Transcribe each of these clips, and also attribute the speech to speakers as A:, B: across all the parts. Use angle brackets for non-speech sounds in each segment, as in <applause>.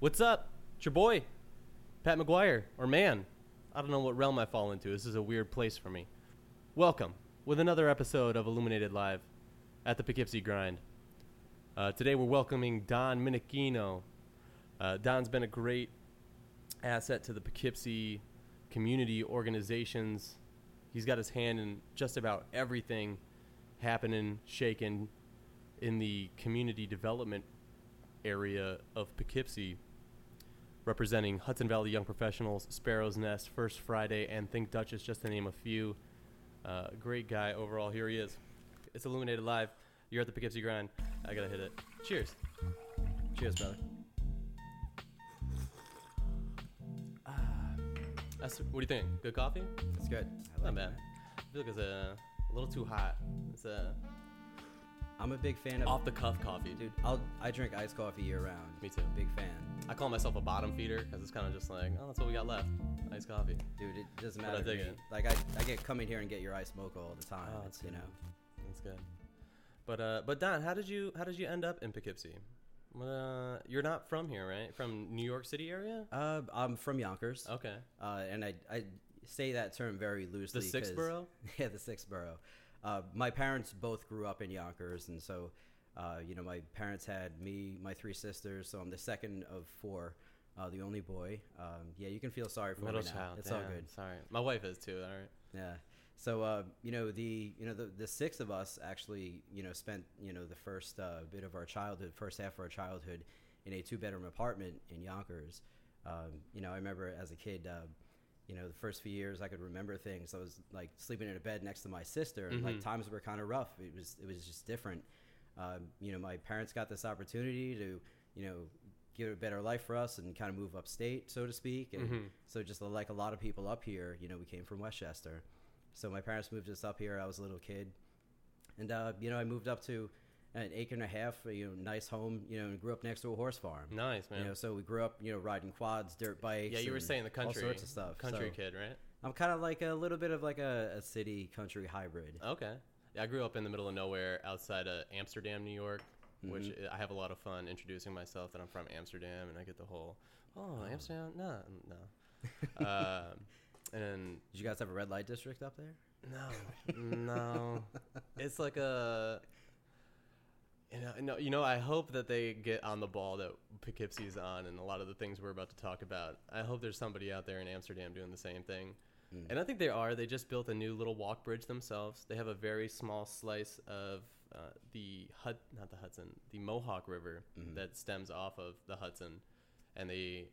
A: What's up? It's your boy, Pat McGuire, or man. I don't know what realm I fall into. This is a weird place for me. Welcome with another episode of Illuminated Live at the Poughkeepsie Grind. Uh, today we're welcoming Don Minichino. Uh, Don's been a great asset to the Poughkeepsie community organizations. He's got his hand in just about everything happening, shaking in the community development area of Poughkeepsie, representing Hudson Valley Young Professionals, Sparrow's Nest, First Friday, and Think Duchess, just to name a few. Uh, great guy overall. Here he is. It's Illuminated Live. You're at the Poughkeepsie Grind. I gotta hit it. Cheers. Cheers, brother. Ah, that's, what do you think? Good coffee?
B: It's good. I
A: Not
B: like
A: bad.
B: it.
A: I feel like it's a, a little too hot. It's a
B: I'm a big fan of
A: off the cuff coffee, dude.
B: dude. I'll I drink iced coffee year round.
A: Me too.
B: Big fan,
A: I call myself a bottom feeder because it's kind of just like, oh, that's what we got left. Iced coffee.
B: dude. It doesn't
A: But I
B: matter. to
A: dig
B: me.
A: it.
B: Like I, I get coming here and get your iced mocha all the time.
A: Oh,
B: it's,
A: that's
B: you
A: good.
B: know,
A: That's good. But uh, but Don, how did you how did you end up in Poughkeepsie? What, uh, you're not from here, right? From New York City area?
B: uh, I'm from Yonkers,
A: Okay.
B: uh, and I I say that term very
A: The
B: loosely.
A: sixth
B: 'cause-
A: borough?
B: <laughs> Yeah, the sixth borough. Uh, my parents both grew up in Yonkers, and so, uh, you know, my parents had me, my three sisters, so I'm the second of four, uh, the only boy. Um, yeah, you can feel sorry for
A: Middle
B: me now.
A: child.
B: it's all
A: damn,
B: good.
A: Sorry. My wife is too, all right.
B: Yeah. So uh, you know the you know the, the six of us actually you know spent you know the first uh, bit of our childhood, first half of our childhood, in a two bedroom apartment in Yonkers. Um, you know, I remember as a kid, uh, you know, the first few years I could remember things. I was like sleeping in a bed next to my sister. and Like
A: Mhm.
B: times were kind of rough. It was it was just different. Um, you know, my parents got this opportunity to you know give a better life for us and kind of move upstate, so to speak, and
A: Mhm.
B: so just like a lot of people up here, you know, we came from Westchester. So my parents moved us up here. I was a little kid, and uh, you know, I moved up to an acre and a half, you know, nice home, you know, and grew up next to a horse farm.
A: Nice, man.
B: You know, so we grew up, you know, riding quads, dirt bikes.
A: Mm-hmm. yeah, you were
B: and
A: saying the country.
B: all sorts of stuff.
A: Country
B: So
A: kid, right?
B: I'm kind of like a little bit of like a, a city
A: <laughs>
B: country hybrid.
A: Okay. Yeah, I grew up in the middle of nowhere outside of Amsterdam, New York, which
B: Mm-hmm.
A: I have a lot of fun introducing myself that I'm from Amsterdam and I get the whole, oh, Amsterdam? No, no. <laughs> um, and
B: Did you guys have a red light district up there?
A: No,
B: <laughs>
A: no. It's like a. You know, no, you know, I hope that they get on the ball that Poughkeepsie's on, and a lot of the things we're about to talk about. I hope there's somebody out there in Amsterdam doing the same thing, and I think they are. They just built a new little walk bridge themselves. They have a very small slice of uh, the Hud, not the Hudson, the Mohawk River that stems off of the Hudson, and they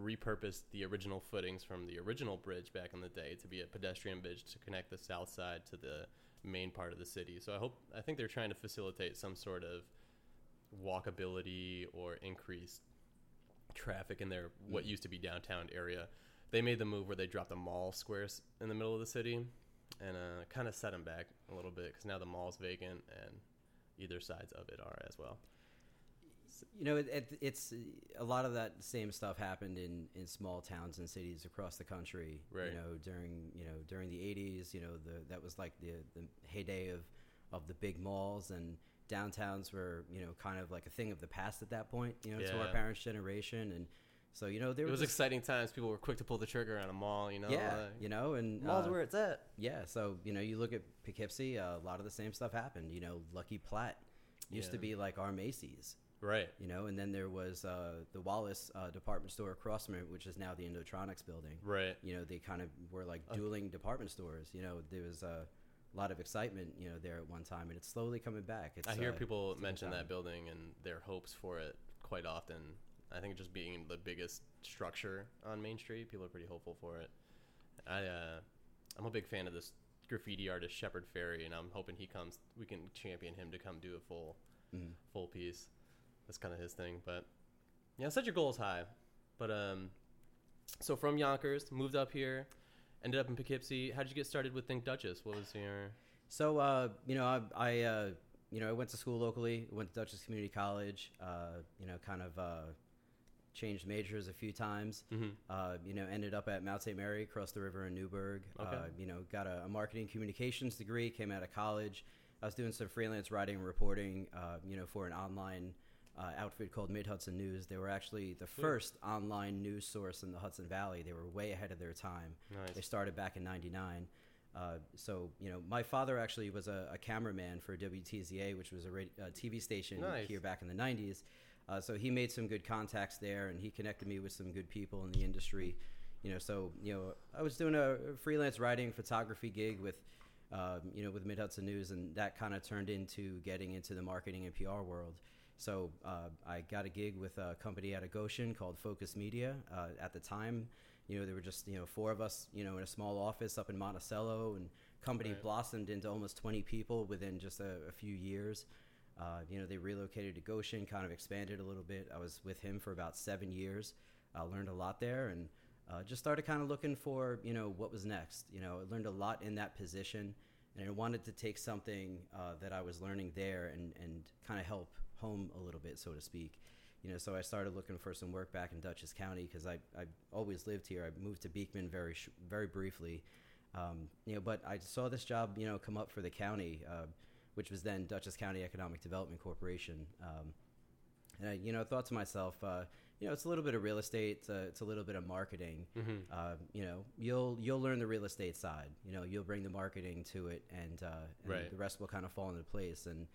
A: repurposed the original footings from the original bridge back in the day to be a pedestrian bridge to connect the south side to the main part of the city. So I hope I think they're trying to facilitate some sort of walkability or increased traffic in their what used to be downtown area. They made the move where they dropped the mall squares in the middle of the city and uh, kind of set them back a little bit because now the mall's vacant and either sides of it are as well.
B: you know, it, it, it's a lot of that same stuff happened in, in small towns and cities across the country.
A: Right.
B: You know, during you know during the '80s, you know, the, that was like the, the heyday of of the big malls and downtowns were you know kind of like a thing of the past at that point. You know, to our
A: Yeah.
B: parents' generation, and so you know there
A: It was
B: was
A: exciting times. People were quick to pull the trigger on a mall, you know?
B: yeah,
A: like-
B: you know, and
A: Malls
B: uh,
A: where it's at.
B: yeah, so you know, you look at Poughkeepsie, uh, a lot of the same stuff happened. You know, Lucky Platt used to
A: Yeah.
B: be like our Macy's.
A: Right.
B: you know and then there was uh, the wallace uh, department store across from it which is now the indotronics building
A: Right.
B: you know they kind of were like dueling department stores you know there was a lot of excitement you know there at one time and it's slowly coming back it's,
A: I hear
B: uh,
A: people
B: it's a good
A: mention
B: time.
A: that building and their hopes for it quite often. I think just being the biggest structure on Main Street, people are pretty hopeful for it. I uh, I'm a big fan of this graffiti artist Shepard Ferry, and I'm hoping he comes. We can champion him to come do a full
B: Mhm.
A: full piece. That's kind of his thing, but yeah, set your goals high. But um, so from Yonkers, moved up here, ended up in Poughkeepsie. How did you get started with Think Duchess? What was your
B: so uh, you know i, I uh, you know i went to school locally went to dutchess community college uh, you know kind of uh, changed majors a few times
A: Mhm.
B: uh, you know, ended up at Mount St. Mary, across the river in Newburgh.
A: Okay.
B: Uh, you know, got a, a marketing communications degree, came out of college. I was doing some freelance writing and reporting, uh, you know, for an online uh, outfit called Mid Hudson News. They were actually the first online news source in the Hudson Valley. They were way ahead of their time.
A: Nice.
B: They started back in '99. Uh, so you know, my father actually was a, a cameraman for WTZA, which was a, radio, a TV station
A: Nice.
B: here back in the '90s. Uh, so he made some good contacts there, and he connected me with some good people in the industry. You know, so you know, I was doing a freelance writing photography gig with, um, you know, with Mid Hudson News, and that kind of turned into getting into the marketing and PR world. So uh, I got a gig with a company out of Goshen called Focus Media. Uh, at the time, you know, there were just you know four of us, you know, in a small office up in Monticello, and company
A: Right.
B: blossomed into almost 20 people within just a, a few years. Uh, you know, they relocated to Goshen, kind of expanded a little bit. I was with him for about seven years. I learned a lot there, and uh, just started kind of looking for you know what was next. You know, I learned a lot in that position, and I wanted to take something uh, that I was learning there and and kind of help home a little bit, so to speak. You know, so I started looking for some work back in Dutchess County because I I always lived here. I moved to Beekman very sh- very briefly, um, you know, but I saw this job you know come up for the county, uh, which was then Dutchess County Economic Development Corporation. Um, and I, you know, thought to myself, uh, you know, it's a little bit of real estate, it's a, it's a little bit of marketing.
A: Mm-hmm,
B: Uh, you know, you'll you'll learn the real estate side. You know, you'll bring the marketing to it, and, uh, and
A: Right.
B: the rest will kind of fall into place. And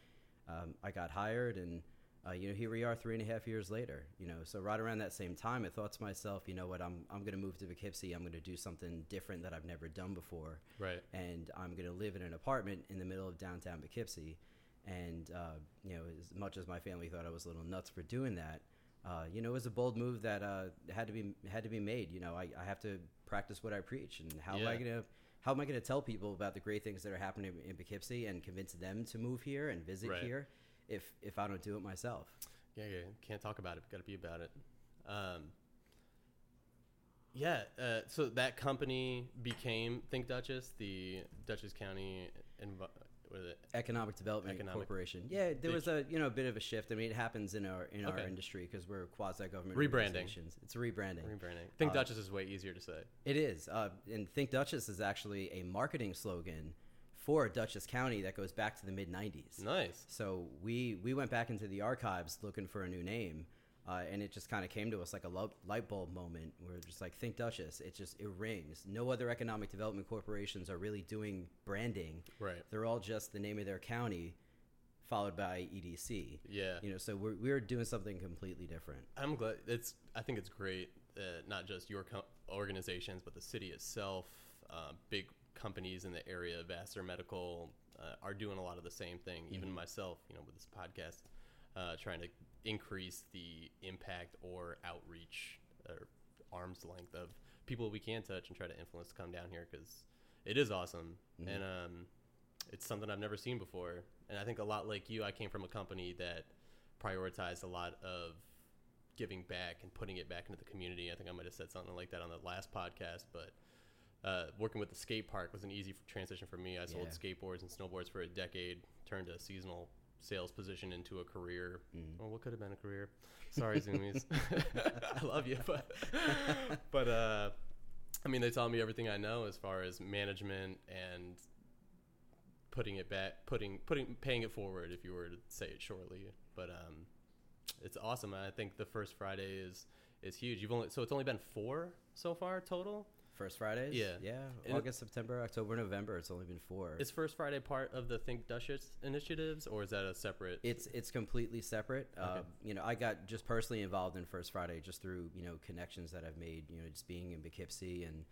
B: um, I got hired, and uh, you know, here we are, three and a half years later. You know, so right around that same time, I thought to myself, you know what, I'm I'm going to move to Poughkeepsie. I'm going to do something different that I've never done before
A: Right.
B: and I'm going to live in an apartment in the middle of downtown Poughkeepsie. And, uh, you know, as much as my family thought I was a little nuts for doing that, uh, you know, it was a bold move that uh, had to be had to be made. You know, I, I have to practice what I preach, and how am I
A: Yeah.
B: gonna how am I gonna tell people about the great things that are happening in Poughkeepsie and convince them to move here and visit
A: Right.
B: here if if I don't do it myself?
A: Yeah, yeah. Can't talk about it. Got to be about it. Um, yeah. Uh, so that company became Think Duchess, the Dutchess County. Env- what is it?
B: Economic Development
A: Economic-
B: Corporation. Yeah, there
A: They-
B: was a you know a bit of a shift. I mean, it happens in our in our
A: Okay.
B: industry because we're quasi government
A: Rebranding.
B: It's rebranding.
A: Rebranding. Think
B: Uh,
A: Duchess is way easier to say.
B: It is. Uh, and Think Duchess is actually a marketing slogan for Dutchess County that goes back to the mid 90s.
A: Nice.
B: So we, we went back into the archives looking for a new name. Uh, and it just kind of came to us like a lo- light bulb moment where it's just like think duchess it just it rings no other economic development corporations are really doing branding
A: Right.
B: they're all just the name of their county followed by edc
A: Yeah.
B: you know so we're, we're doing something completely different
A: I'm glad it's. I think it's great that not just your com- organizations, but the city itself, uh, big companies in the area, Vassar Medical, uh, are doing a lot of the same thing. Even myself, you know, with this podcast, uh, trying to increase the impact or outreach or arm's length of people we can touch and try to influence to come down here because it is awesome and um, it's something I've never seen before. And I think a lot like you, I came from a company that prioritized a lot of giving back and putting it back into the community. I think I might have said something like that on the last podcast, but uh, working with the skate park was an easy f- transition for me. I sold
B: Yeah.
A: skateboards and snowboards for a decade, turned a seasonal sales position into a career. Well, what could have been a career? Sorry, Zoomies. <laughs> I love you, but but uh, I mean, they taught me everything I know as far as management and putting it back, putting putting paying it forward, if you were to say it shortly. But um, it's awesome. and I think the first Friday is is huge. You've only so it's only been four so far total.
B: First Fridays?
A: Yeah.
B: Yeah.
A: And-
B: August, September, October, November. It's only been four.
A: Is first Friday part of the Think Duchess initiatives, or is that a separate?
B: it's it's completely separate. Uh,
A: Okay.
B: you know, I got just personally involved in First Friday just through you know connections that I've made. You know, just being in Poughkeepsie and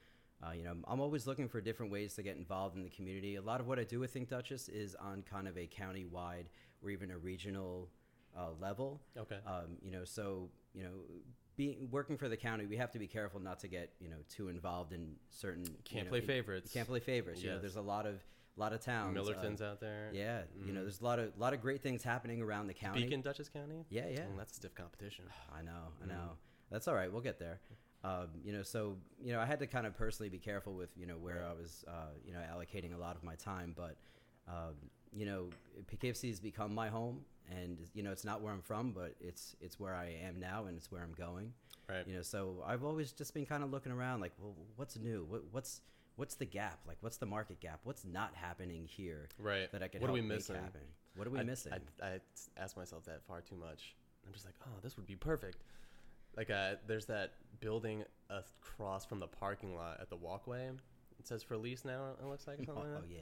B: uh, you know I'm- I'm always looking for different ways to get involved in the community. A lot of what I do with Think Duchess is on kind of a county wide or even a regional uh, level.
A: okay.
B: Um, you know, so you know, being working for the county, we have to be careful not to get you know too involved in certain. you
A: Can't
B: know,
A: play
B: it-
A: favorites.
B: You can't play favorites. You know,
A: Yes.
B: there's a lot of lot of towns. uh,
A: Millerton's out there.
B: yeah, you know, there's a lot of lot of great things happening around the county.
A: Mm-hmm. Beacon, Dutchess County.
B: Yeah, yeah.
A: Mm, Mm-hmm. that's a stiff competition.
B: I know, I know. That's all right. We'll get there. Um, you know, so you know, I had to kind of personally be careful with you know where I was, uh, you know, allocating a lot of my time. But um, you know, Poughkeepsie's become my home, and you know, it's not where I'm from, but it's it's where I am now, and it's where I'm going.
A: Right.
B: You know, so I've always just been kind of looking around, like, well, what's new? What, what's what's the gap? Like, what's the market gap? What's not happening here
A: Right.
B: that I could
A: What are
B: help
A: we
B: make
A: missing?
B: happen? What are we
A: I-
B: missing?
A: I, I ask myself that far too much. I'm just like, oh, this would be perfect. Like, uh, there's that building across from the parking lot at the walkway. It says for lease now. It looks like or something.
B: <laughs> Oh
A: like that.
B: yeah,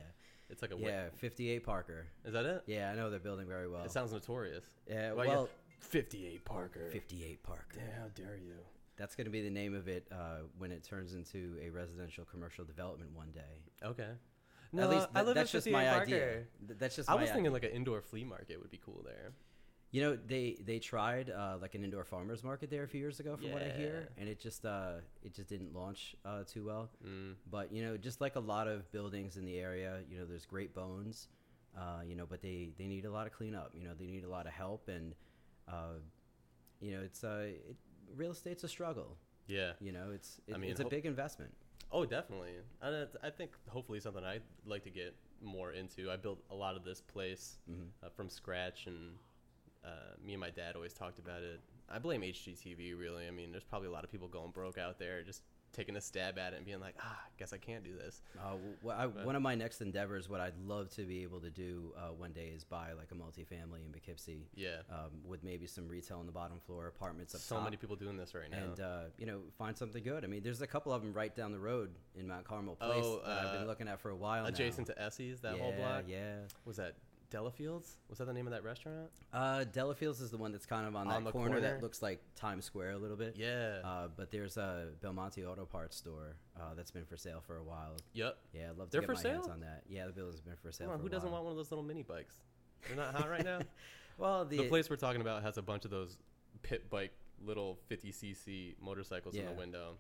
A: It's like a wi-
B: yeah. Fifty-eight Parker.
A: Is that it?
B: Yeah, I know they're building very well.
A: It sounds notorious.
B: yeah,
A: Well,
B: well,
A: yeah, 58 Parker.
B: fifty-eight Parker.
A: Damn, how dare you?
B: That's going to be the name of it uh, when it turns into a residential commercial development one day.
A: Okay.
B: At least
A: I
B: th-
A: live
B: that's
A: at
B: just my
A: 58
B: idea.
A: Parker.
B: Th- that's just
A: I
B: my
A: was
B: idea.
A: thinking like an indoor flea market would be cool there.
B: You know, they they tried uh, like an indoor farmers market there a few years ago, from what I hear,
A: Yeah.
B: and it just uh, it just didn't launch uh, too well.
A: Mm.
B: But you know, just like a lot of buildings in the area, you know, there's great bones, uh, you know, but they they need a lot of cleanup. You know, they need a lot of help, and uh, you know, it's uh, it, real estate's a struggle.
A: Yeah.
B: You know, it's it,
A: I mean,
B: it's a
A: hope-
B: big investment.
A: Oh, definitely. And it- I think hopefully something I'd like to get more into. I built a lot of this place
B: Mhm.
A: uh, from scratch, and uh, me and my dad always talked about it. I blame HGTV, really. I mean, there's probably a lot of people going broke out there, just taking a stab at it and being like, ah, I guess I can't do this.
B: Uh, w- wh- I, one of my next endeavors, what I'd love to be able to do uh, one day, is buy like a multifamily in Poughkeepsie,
A: Yeah.
B: um, with maybe some retail on the bottom floor, apartments up
A: so
B: top,
A: many people doing this right now.
B: and uh, you know find something good. I mean, there's a couple of them right down the road in Mount Carmel Place
A: Oh,
B: that I've
A: uh,
B: been looking at for a while.
A: Adjacent
B: now.
A: to Essie's, that
B: yeah,
A: whole block.
B: yeah.
A: Was that Delafields? Was that the name of that restaurant?
B: Uh, Delafields is the one that's kind of on,
A: On
B: that
A: the
B: corner,
A: corner?
B: that looks like Times Square a little bit.
A: Yeah.
B: Uh, but there's a Belmonte Auto Parts store uh, that's been for sale for a while.
A: yep.
B: Yeah, I'd love to
A: They're
B: get
A: for
B: my hands
A: sale?
B: on that. Yeah, the building's been for sale.
A: Come on,
B: for
A: who
B: a
A: doesn't
B: while.
A: want one of those little mini bikes? They're not hot
B: <laughs>
A: right now.
B: Well, the,
A: the place we're talking about has a bunch of those pit bike little 50cc motorcycles in the
B: Yeah.
A: window.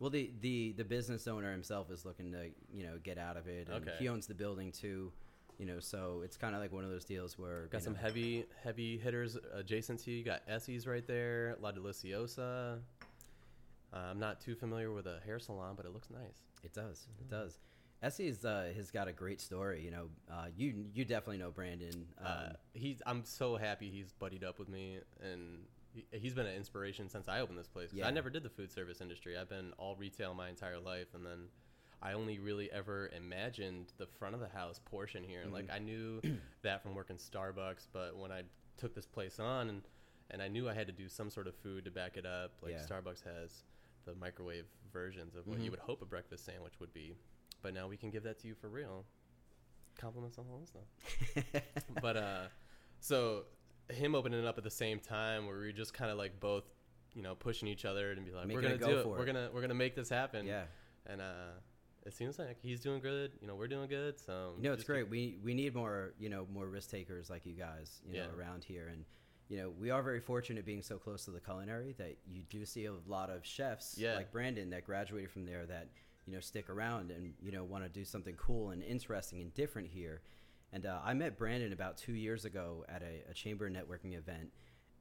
B: Well, the, the, the business owner himself is looking to you know get out of it, and
A: Okay.
B: he owns the building too, you know. So it's kind of like one of those deals where
A: Got
B: you
A: some
B: know,
A: heavy heavy hitters adjacent to you. You got Essie's right there, La Deliciosa. Uh, I'm not too familiar with a hair salon, but it looks nice.
B: it does it does. Essie's uh, has got a great story, you know. Uh, you you definitely know Brandon. Um,
A: uh, he's I'm so happy he's buddied up with me and he, he's been an inspiration since I opened this place 'cause I
B: Yeah.
A: never did the food service industry. I've been all retail my entire life and then I only really ever imagined the front of the house portion here. And
B: Mm-hmm.
A: Like I
B: <clears throat>
A: knew that from working Starbucks, but when I took this place on and and I knew I had to do some sort of food to back it up, like
B: Yeah.
A: Starbucks has the microwave versions of what you
B: Mhm.
A: would hope a breakfast sandwich would be. But now we can give that to you for real. Compliments on all this stuff but uh so him opening it up at the same time where we were just kind of like both you know pushing each other and be like we're
B: Making a
A: gonna
B: go
A: do it.
B: for
A: we're
B: it.
A: gonna we're gonna make this <laughs> happen
B: um, <laughs> yeah,
A: and uh it seems like he's doing good you know we're doing good so
B: you know it's
A: just
B: great. We we need more you know more risk takers like you guys you know
A: Yeah.
B: around here, and you know we are very fortunate being so close to the culinary that you do see a lot of chefs
A: Yeah.
B: like Brandon that graduated from there that you know stick around and you know want to do something cool and interesting and different here. And uh, I met Brandon about two years ago at a, a chamber networking event.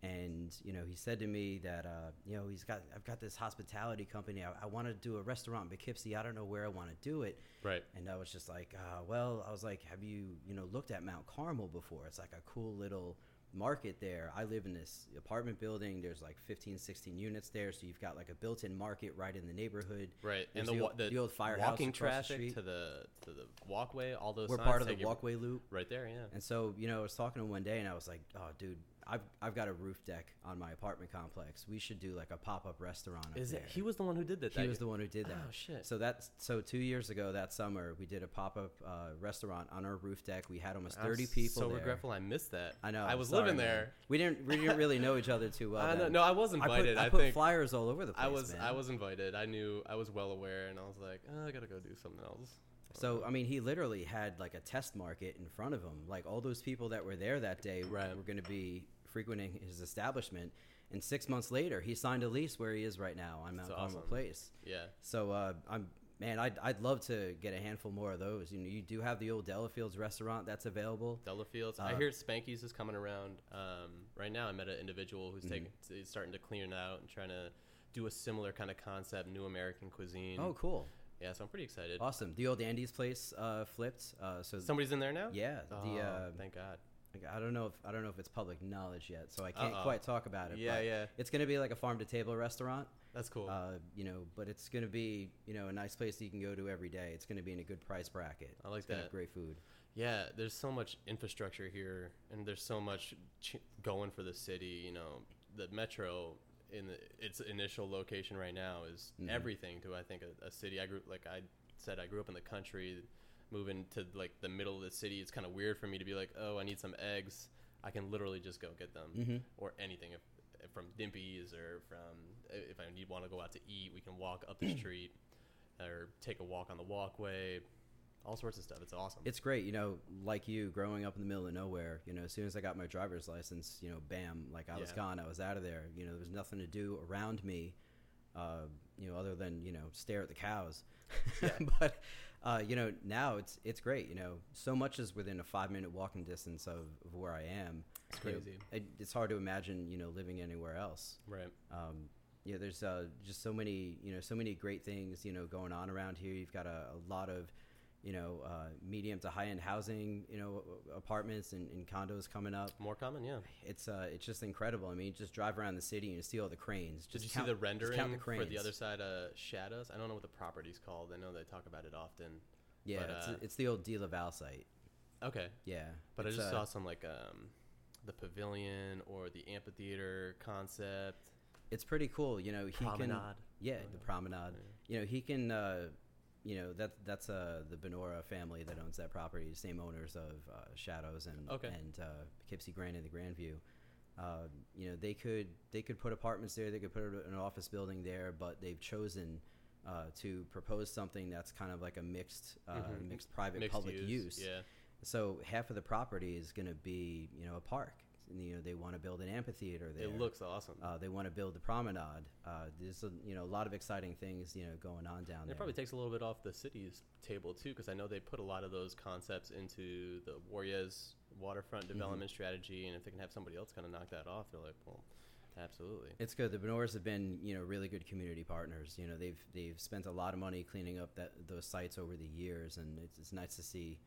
B: And you know, he said to me that uh, you know he's got I've got this hospitality company. I, I want to do a restiurant in Poughkeepsie. I don't know where I want to do it.
A: keep- right
B: And I was just like, uh, well, I was like, have you, you know, looked at Mount Carmel before? It's like a cool little market there. I live in this apartment building. There's like 15, 16 units there. So you've got like a built in market right in the neighborhood.
A: right and
B: There's
A: the,
B: the
A: wa-
B: old- the old firehouse
A: walking
B: across
A: traffic
B: the street.
A: to the to the walkway all those
B: We're
A: signs
B: part of the
A: take you
B: walkway loop.
A: right there yeah
B: And so, you know, I was talking to him one day and I was like, oh, dude, I've, I've got a roof deck on my apartment complex. We should do like a pop up restaurant. Up
A: is
B: there.
A: it he was the one who did that
B: He was the one who did that.
A: Oh, shit.
B: So that's so two years ago that summer we did a pop up uh, restaurant on our roof deck. We had almost thirty people.
A: so
B: there.
A: regretful i missed that
B: I know.
A: i
B: I'm
A: was
B: sorry,
A: living
B: man.
A: there
B: We didn't. We didn't really know each
A: <laughs>
B: other too well.
A: I know,
B: then.
A: no i was
B: I put,
A: invited
B: I
A: i
B: put
A: think
B: flyers all over the place.
A: I was
B: man.
A: I was invited. I knew I was well aware, and I was like, oh, I gotta go do something else.
B: So I mean, he literally had like a test market in front of him. Like all those people that were there that day
A: Right.
B: were going to be frequenting his establishment. And six months later, he signed a lease where he is right now on Mount Carmel
A: awesome.
B: Place.
A: Yeah,
B: So uh, I'm man, I'd, I'd love to get a handful more of those. You know, you do have the old Delafields restaurant that's available.
A: Delafields. I
B: Uh,
A: hear Spanky's is coming around. Um, right now, I met an individual
B: Mm-hmm.
A: who's taking is starting to clean it out and trying to do a similar kind of concept, new American cuisine.
B: Oh, cool,
A: yeah, so I'm pretty excited.
B: awesome. The old Andy's place uh, flipped. Uh, so
A: Somebody's in there now.
B: yeah,
A: Oh,
B: the uh,
A: thank God.
B: I don't know if I don't know if it's public knowledge yet, so I can't
A: Uh-oh.
B: quite talk about it.
A: Yeah,
B: but
A: yeah.
B: It's going to be like a farm to table restaurant,
A: That's cool.
B: uh, you know, but it's going to be you know a nice place that you can go to every day. It's going to be in a good price bracket.
A: I like
B: it's gonna
A: that.
B: Have great food.
A: Yeah, there's so much infrastructure here, and there's so much ch- going for the city. You know, the metro in the, its initial location right now is
B: Mhm.
A: everything to I think a, a city. I grew like I said, I grew up in the country. Moving to like the middle of the city, it's kind of weird for me to be like, oh, I need some eggs. I can literally just go get them
B: Mhm.
A: or anything if, if from Dimpy's or from if I need want to go out to eat, we can walk up the street or take a walk on the walkway. All sorts of stuff. It's awesome.
B: It's great, you know, like you growing up in the middle of nowhere, you know, as soon as I got my driver's license, you know, bam, like I was
A: Yeah.
B: gone, I was out of there. You know, there was nothing to do around me, uh, you know, other than, you know, stare at the cows.
A: Yeah.
B: <laughs> but uh, you know, now it's it's great, you know. So much is within a five minute walking distance of, of where I am.
A: It's
B: You know,
A: crazy.
B: it, it's hard to imagine, you know, living anywhere else.
A: right.
B: Um, you know, there's uh, just so many, you know, so many great things, you know, going on around here. You've got a, a lot of, you know, uh, medium to high end housing, you know, apartments and, and condos coming up.
A: More common, yeah.
B: It's uh, it's just incredible. I mean, you just drive around the city and you see all the cranes. Just
A: Did you
B: count-
A: see the
B: just count
A: rendering
B: the
A: for the
B: cranes.
A: other side uh Shadows? I don't know what the property's called. I know they talk about it often.
B: Yeah,
A: but,
B: it's,
A: uh,
B: it's the old De Laval site.
A: Okay.
B: Yeah,
A: But
B: it's,
A: I just
B: uh,
A: saw some like um the pavilion or the amphitheater concept.
B: it's pretty cool. You know, he can
A: Promenade.
B: yeah,
A: Oh,
B: the
A: yeah.
B: promenade. You know, he can. Uh, you know that that's uh, the Benora family that owns that property, same owners of uh, Shadows and
A: Okay.
B: and uh, Poughkeepsie Grand and the Grandview. Uh, you know, they could they could put apartments there, they could put an office building there, but they've chosen uh, to propose something that's kind of like a mixed uh,
A: Mhm.
B: mixed private
A: Mixed
B: public use.
A: Yeah.
B: So half of the property is going to be you know a park. And, you know, they want to build an amphitheater there.
A: It looks awesome.
B: Uh, they want to build the promenade. Uh, there's a, you know a lot of exciting things you know going on down
A: And It
B: there.
A: probably takes a little bit off the city's table too, because I know they put a lot of those concepts into the Warriors waterfront development strategy, and if they can have somebody else kind of knock that off, they're like, well, absolutely.
B: it's good. The Benores have been you know really good community partners. You know they've they've spent a lot of money cleaning up that those sites over the years, and it's, it's nice to see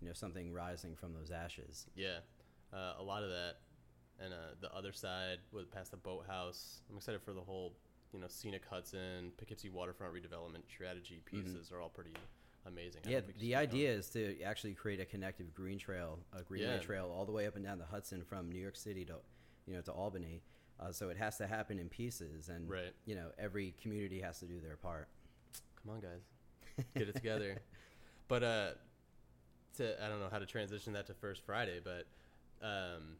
B: you know something rising from those ashes.
A: Yeah, uh, a lot of that, and uh, the other side was past the boathouse. I'm excited for the whole, you know, scenic Hudson, Poughkeepsie waterfront redevelopment strategy pieces are all pretty amazing. I
B: Mm-hmm. yeah,
A: hope we can
B: the
A: keep going.
B: idea is to actually create a connective green trail, a greenway
A: Yeah.
B: trail all the way up and down the Hudson from New York City to, you know, to Albany. Uh, so it has to happen in pieces, and
A: Right.
B: you know every community has to do their part.
A: Come on, guys. get it together.
B: <laughs>
A: But uh, to I don't know how to transition that to First Friday, but um,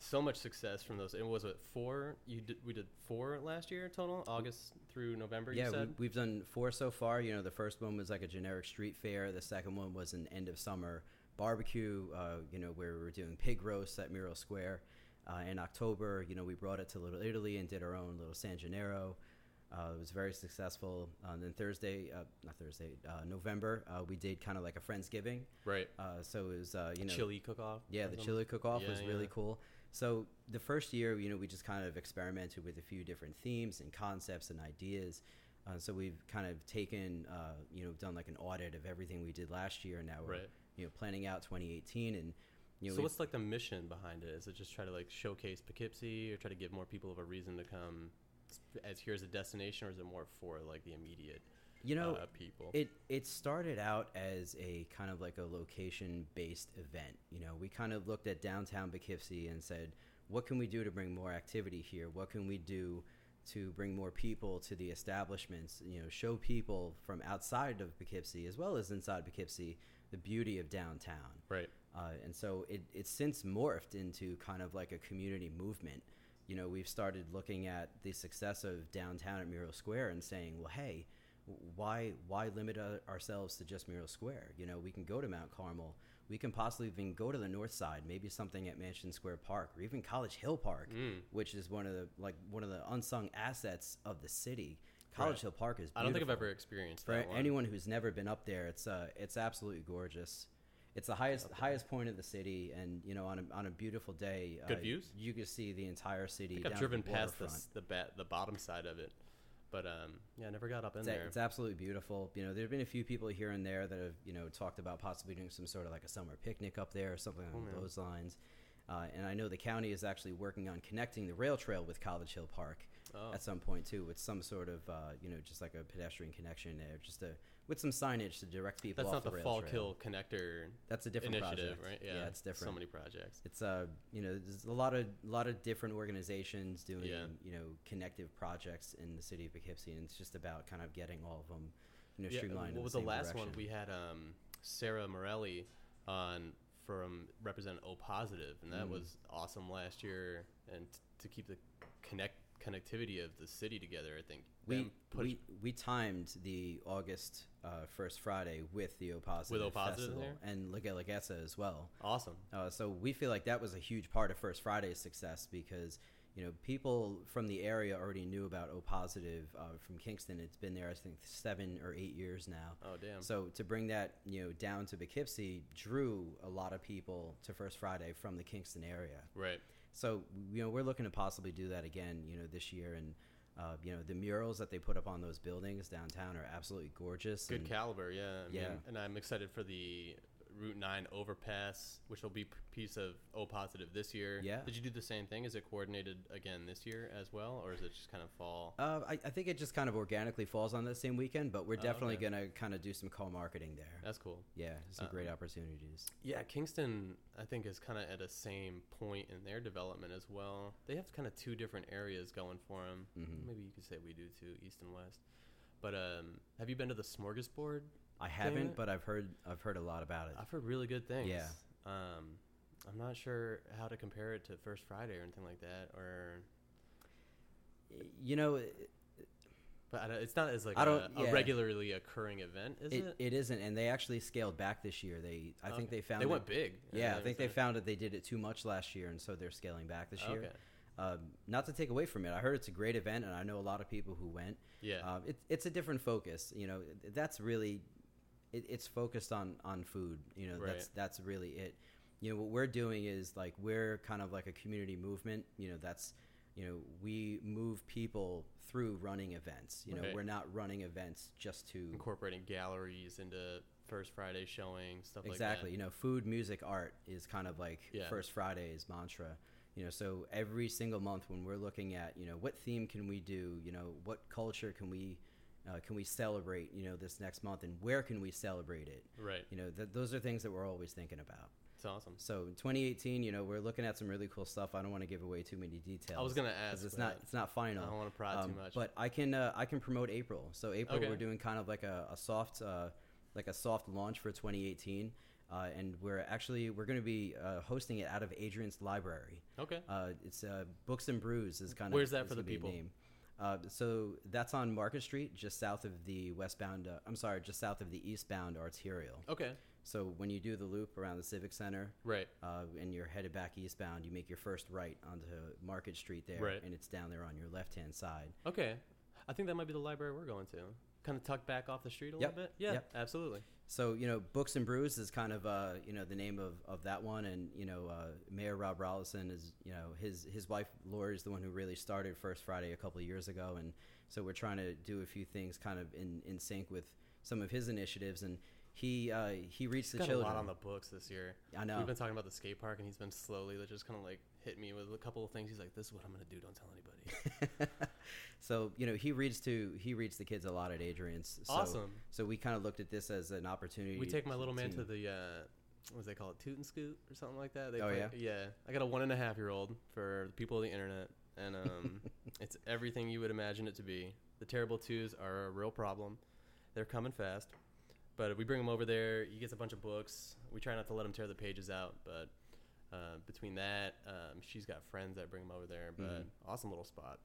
A: so much success from those. It was what four? You did we did four last year total, August through November.
B: Mm. yeah,
A: you said
B: We, we've done four so far. You know, the first one was like a generic street fair. The second one was an end of summer barbecue. Uh, you know, where we were doing pig roasts at Mural Square. Uh, in October, you know, we brought it to Little Italy and did our own little San Gennaro. Uh, it was very successful. Uh, and then Thursday, uh, not Thursday, uh, November, uh, we did kind of like a Friendsgiving.
A: right.
B: Uh, so it was, uh, you know,
A: chili cook off.
B: yeah, the chili cook off
A: Yeah,
B: was really
A: yeah.
B: cool. So the first year, you know, we just kind of experimented with a few different themes and concepts and ideas. Uh, so we've kind of taken, uh, you know, done like an audit of everything we did last year, and now we're,
A: Right.
B: you know, planning out 2018 and. You know,
A: so
B: we've-
A: what's like the mission behind it? Is it just try to like showcase Poughkeepsie or try to give more people of a reason to come? As here's a destination, or is it more for like the immediate
B: you know,
A: uh, people?
B: It it started out as a kind of like a location based event. You know, we kind of looked at downtown Poughkeepsie and said, what can we do to bring more activity here? What can we do to bring more people to the establishments? You know, show people from outside of Poughkeepsie as well as inside Poughkeepsie the beauty of downtown.
A: right.
B: Uh, and so it, it's since morphed into kind of like a community movement. You know, we've started looking at the success of downtown at Mural Square and saying, well, hey, w- why why limit our- ourselves to just Mural Square? You know, we can go to Mount Carmel. We can possibly even go to the north side, maybe something at Mansion Square Park or even College Hill Park,
A: Mm.
B: which is one of the like one of the unsung assets of the city. College
A: Right.
B: Hill Park is
A: I don't think I've
B: beautiful.
A: ever experienced
B: For
A: that one.
B: anyone who's never been up there, it's uh, it's absolutely gorgeous. It's the highest highest point of the city, and you know, on a, on a beautiful day,
A: Good
B: uh,
A: views?
B: You can see the entire city.
A: I think
B: down
A: I've
B: to
A: driven
B: the
A: past the
B: waterfront.
A: s- the, ba- the bottom side of it, but um, yeah, I never got up in
B: It's, a-
A: there.
B: it's absolutely beautiful. You know, there've been a few people here and there that have you know talked about possibly doing some sort of like a summer picnic up there or something along
A: Oh, man.
B: those lines. Uh, and I know the county is actually working on connecting the rail trail with College Hill Park.
A: Oh.
B: at some point too, with some sort of uh, you know just like a pedestrian connection there, just a with some signage to direct people.
A: That's
B: off
A: not the,
B: rail
A: Fall
B: trail.
A: Kill Connector
B: That's a different
A: initiative,
B: project.
A: right?
B: it's different.
A: So many projects.
B: It's uh, you know, there's a lot of lot of different organizations doing
A: Yeah.
B: you know connective projects in the city of Poughkeepsie, and it's just about kind of getting all of them, you know,
A: Yeah,
B: streamlined. in
A: What was
B: same
A: the last
B: direction.
A: one we had? Um, Sarah Morelli on from represent O Positive, and that
B: Mm.
A: was awesome last year. And t- to keep the connect connectivity of the city together, I think
B: we
A: them push-
B: we, we timed the August uh, first Friday with the Opositive
A: With O Positive
B: Festival
A: there?
B: and Liga Legessa as well.
A: awesome.
B: Uh, so we feel like that was a huge part of First Friday's success because you know people from the area already knew about O Positive uh, from Kingston. It's been there I think seven or eight years now.
A: Oh damn.
B: So to bring that you know down to Poughkeepsie drew a lot of people to First Friday from the Kingston area.
A: right.
B: So you know we're looking to possibly do that again. You know this year and uh, you know the murals that they put up on those buildings downtown are absolutely gorgeous.
A: Good
B: and
A: caliber, yeah. I
B: Yeah.
A: Mean, and I'm excited for the Route 9 overpass, which will be p- piece of O positive this year.
B: Yeah.
A: Did you do the same thing? Is it coordinated again this year as well, or is it just kind of fall?
B: uh, I, I think it just kind of organically falls on that same weekend, but we're
A: Oh,
B: definitely
A: okay.
B: going to kind of do some co-marketing there.
A: That's cool.
B: Yeah, some
A: Uh,
B: great opportunities.
A: Yeah, Kingston, I think, is kind of at a same point in their development as well. They have kind of two different areas going for them.
B: Mhm.
A: Maybe you could say we do too, east and west. But um, have you been to the Smorgasbord?
B: I haven't,
A: it.
B: but I've heard I've heard a lot about it.
A: I've heard really good things.
B: Yeah.
A: Um, I'm not sure how to compare it to First Friday or anything like that, or
B: You know,
A: But I don't, it's not as like
B: I
A: a-
B: don't-
A: a,
B: yeah.
A: regularly occurring event, is it?
B: it, it isn't, and they actually scaled back this year. They I think
A: Okay.
B: they found
A: they
B: that-
A: went big.
B: Yeah, I think they
A: so-
B: found that they did it too much last year, and so they're scaling back this year.
A: Okay.
B: Um, not to take away from it, I heard it's a great event, and I know a lot of people who went.
A: Yeah,
B: Um, it, it's a different focus, you know. th- That's really, it, it's focused on on food. You know, that's
A: Right.
B: that's really it. You know, what we're doing is like we're kind of like a community movement. You know, that's you know we move people through running events. You know,
A: Right.
B: we're not running events just to
A: incorporating galleries into First Friday showing stuff
B: exactly
A: like
B: you know food music art is kind of like
A: Yeah.
B: first friday's mantra you know so every single month when we're looking at you know what theme can we do you know what culture can we uh, can we celebrate you know this next month and where can we celebrate it
A: that. Right,
B: you know th- those are things that we're always thinking about
A: it's awesome.
B: so in 2018 you know we're looking at some really cool stuff i don't want to give away too many details
A: I was gonna
B: 'cause
A: ask.
B: it's
A: but
B: not it's not
A: I
B: final
A: don't want to prod
B: um,
A: too much.
B: But I can uh, I can promote April. So April
A: Okay.
B: we're doing kind of like a, a soft uh, like a soft launch for 2018, uh, and we're actually we're going to be uh, hosting it out of Adrian's library.
A: okay,
B: Uh, it's uh, Books and Brews is kind
A: Where's
B: of
A: that
B: is
A: for the
B: gonna be a
A: people?
B: Name. Uh, so that's on Market Street, just south of the westbound. Uh, I'm sorry, just south of the eastbound arterial.
A: okay,
B: So when you do the loop around the Civic Center,
A: right.
B: uh, and you're headed back eastbound, you make your first right onto Market Street there,
A: Right.
B: and it's down there on your left hand side.
A: Okay, I think that might be the library we're going to. Kind of tucked back off the street a
B: Yep,
A: little bit. Yeah,
B: yep.
A: absolutely.
B: So you know, Books and Brews is kind of uh, you know the name of, of that one, and you know uh, Mayor Rob Rollison is you know his his wife Lori is the one who really started First Friday a couple of years ago, and so we're trying to do a few things kind of in, in sync with some of his initiatives, and he uh, he reached
A: He's
B: the
A: got
B: children.
A: a lot on the books this year.
B: I know.
A: We've been talking about the skate park, and he's been slowly like, just kind of like hit me with a couple of things. He's like, "This is what I'm gonna do. Don't tell anybody."
B: so you know he reads to he reads the kids a lot at Adrian's. <laughs> So,
A: awesome.
B: So we kind of looked at this as an opportunity.
A: We take my little man to
B: team.
A: the uh, what do they call it, toot and scoot or something like that. They
B: Oh,
A: play,
B: yeah?
A: I got a one and a half year old for the people of the internet, and
B: <laughs>
A: um, it's everything you would imagine it to be. The terrible twos are a real problem. They're coming fast, but we bring him over there. He gets a bunch of books. We try not to let him tear the pages out, but. Uh, between that, um, she's got friends that bring him over there, but
B: Mm-hmm.
A: awesome little spot.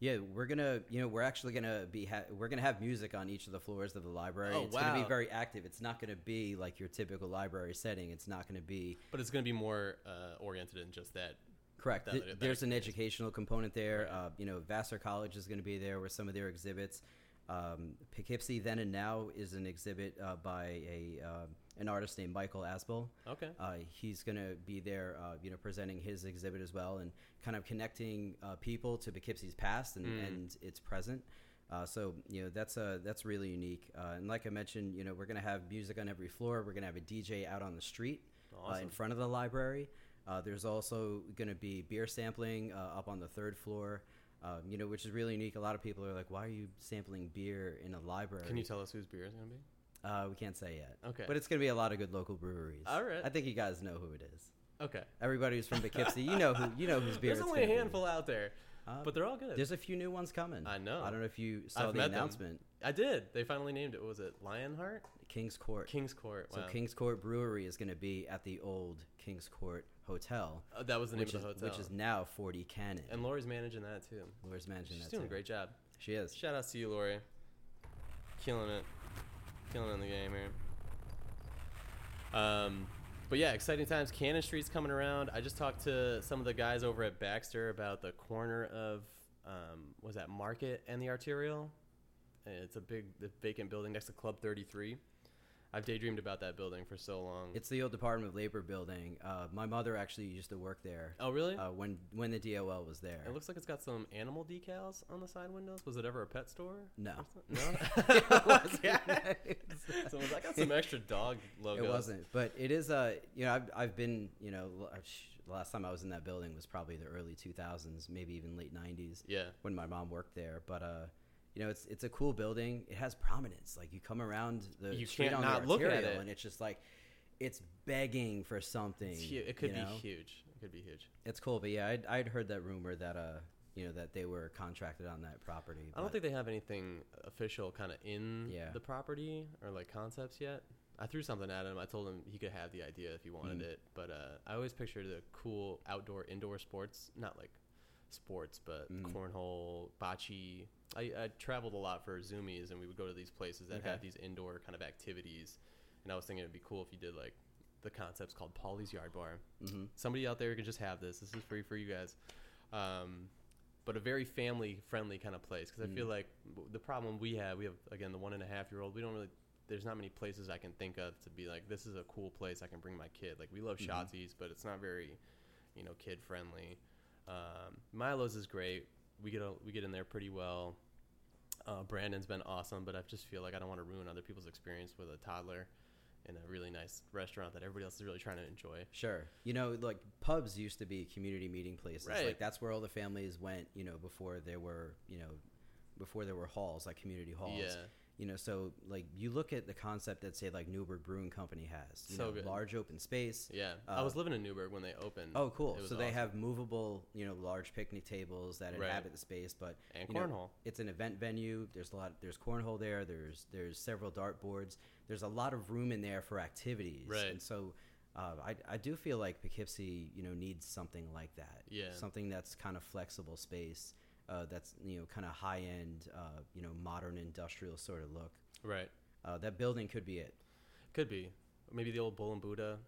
B: Yeah, we're gonna, you know, we're actually gonna be, ha- we're gonna have music on each of the floors of the library.
A: Oh,
B: it's gonna be
A: wow.
B: very active. It's not gonna be like your typical library setting. It's not gonna be
A: But it's going to be more uh, oriented in just that.
B: correct.
A: That-
B: Th-
A: that
B: There's an
A: experience.
B: educational component there.
A: Right.
B: Uh, you know, Vassar College is gonna be there with some of their exhibits. Um, Poughkeepsie Then and Now is an exhibit uh, by a um an artist named Michael Aspel.
A: Okay.
B: Uh, he's going to be there, uh, you know, presenting his exhibit as well, and kind of connecting uh, people to Poughkeepsie's past and,
A: Mm.
B: and its present. Uh, so you know that's uh, that's really unique. Uh, and like I mentioned, you know, we're going to have music on every floor. We're going to have a DJ out on the street uh, in
A: Awesome.
B: front of the library. Uh, there's also going to be beer sampling uh, up on the third floor. um, you know, which is really unique. A lot of people are like, "Why are you sampling beer in a library?"
A: Can you tell us whose beer is gonna be?
B: Uh, we can't say yet.
A: Okay.
B: But it's going to be a lot of good local breweries.
A: All right.
B: I think you guys know who it is. <laughs>
A: Okay.
B: Everybody who's from Poughkeepsie, you know who you know
A: <laughs>
B: whose beer.
A: There's
B: it's
A: only a
B: gonna be.
A: handful out there,
B: Uh,
A: but they're all good.
B: there's a few new ones coming.
A: I know.
B: I don't know if you saw
A: I've
B: the
A: met them.
B: announcement.
A: I did. They finally named it. What was it Lionheart?
B: Kings Court.
A: King's Court.
B: So
A: Wow.
B: Kings Court Brewery is going to be at the old Kings Court Hotel,
A: Uh, that was the name
B: which
A: of
B: is
A: the hotel.
B: which is now 40 Cannon.
A: and Lori's managing that too.
B: Where's managing
A: She's
B: that?
A: doing
B: too.
A: a great job.
B: She is.
A: Shout outs to you, Lori. Killing it. Killing it in the game here. Um, but yeah, exciting times. Cannon Street's coming around. I just talked to some of the guys over at Baxter about the corner of um, was that Market and the Arterial. It's a big the vacant building next to Club 33. I've daydreamed about that building for so long.
B: It's the old Department of Labor building. Uh, my mother actually used to work there
A: oh really?
B: uh, when when the DOL was there.
A: it looks like it's got some animal decals on the side windows. Was it ever a pet store?
B: No.
A: Or something?
B: <laughs> It
A: <laughs> No.
B: wasn't.
A: <laughs> Okay. <laughs> Someone's like, I
B: <laughs>
A: got some extra dog logos.
B: It wasn't, but it is a you know I've I've been you know l- uh, sh- last time I was in that building was probably the early 2000s, maybe even late 90s
A: Yeah.
B: when my mom worked there. But uh, you know it's it's a cool building. It has prominence. Like you come around the
A: You
B: street
A: can't
B: on the
A: not look at
B: arterial
A: it.
B: and it's just like it's begging for something.
A: It's hu- it could
B: you
A: be
B: know?
A: huge. It could be huge.
B: It's cool, but yeah, I'd, I'd heard that rumor that uh you know that they were contracted on that property.
A: I don't
B: but-
A: think they have anything official kind of in
B: Yeah.
A: the property or like concepts yet. I threw something at him. I told him he could have the idea if he wanted
B: Mm.
A: it. But uh, I always pictured the cool outdoor, indoor sports, not like sports, but
B: Mm.
A: cornhole, bocce. I, I traveled a lot for Zoomies, and we would go to these places that
B: Okay.
A: have these indoor kind of activities. And I was thinking it'd be cool if you did like the concepts called Polly's Yard Bar.
B: Mhm.
A: somebody out there can just have this. This is free for you guys. Um, but a very family friendly kind of place because I feel like w- the problem we have, we have again the one and a half year old. We don't really. There's not many places I can think of to be like this is a cool place I can bring my kid. Like we love
B: Mhm.
A: Shotzi's, but it's not very, you know, kid friendly. Um, Milo's is great. We get a, we get in there pretty well. Uh, Brandon's been awesome, but I just feel like I don't want to ruin other people's experience with a toddler in a really nice restaurant that everybody else is really trying to enjoy.
B: Sure. You know, like pubs used to be community meeting places.
A: Right.
B: Like that's where all the families went, you know, before there were, you know, before there were halls, like community halls.
A: Yeah.
B: You know, so like you look at the concept that say like Newberg Brewing Company has. You
A: So
B: know,
A: good.
B: large open space.
A: Yeah, I
B: Uh,
A: was living in Newburgh when they opened.
B: Oh, cool.
A: It was
B: So they
A: awesome.
B: have movable, you know, large picnic tables that
A: Right.
B: inhabit the space, but
A: and
B: you know,
A: cornhole.
B: it's an event venue. There's a lot. There's cornhole there. There's there's several dart boards. There's a lot of room in there for activities.
A: Right.
B: And so, uh, I I do feel like Poughkeepsie, you know, needs something like that.
A: Yeah.
B: Something that's kind of flexible space. Uh, that's you know kind of high end. Uh, you know, modern industrial sort of look.
A: right,
B: Uh, that building could be it.
A: could be maybe the old Bull and Buddha.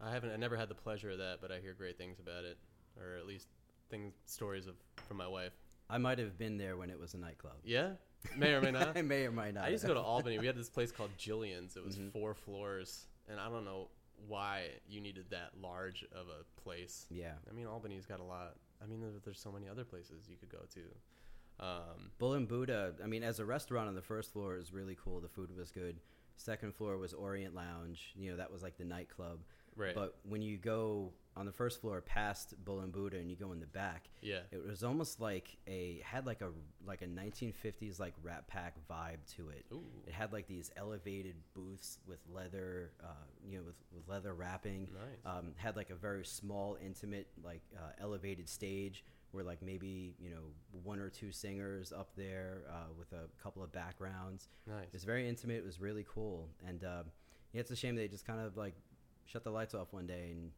A: I haven't. I never had the pleasure of that, but I hear great things about it, or at least things stories of from my wife.
B: I might have been there when it was a nightclub.
A: Yeah, may or may not.
B: I <laughs> may or might not.
A: I used to
B: have.
A: go to Albany.
B: <laughs>
A: We had this place called Jillian's. It was
B: Mhm.
A: four floors, and I don't know why you needed that large of a place.
B: Yeah.
A: I mean, Albany's got a lot. I mean, there, there's so many other places you could go to. Um,
B: Bull and Buddha, I mean, as a restaurant on the first floor is really cool. The food was good. Second floor was Orient Lounge. You know, that was like the nightclub.
A: right.
B: But when you go on the first floor past Bull and Buddha and you go in the back,
A: yeah.
B: it was almost like a had like a like a 1950s like Rat Pack vibe to it.
A: Ooh.
B: It had like these elevated booths with leather, uh, you know, with, with leather wrapping.
A: Nice.
B: Um, had like a very small, intimate, like uh, elevated stage where like maybe you know one or two singers up there uh, with a couple of backgrounds.
A: Nice.
B: It was very intimate. It was really cool, and uh, yeah, it's a shame they just kind of like shut the lights off one day and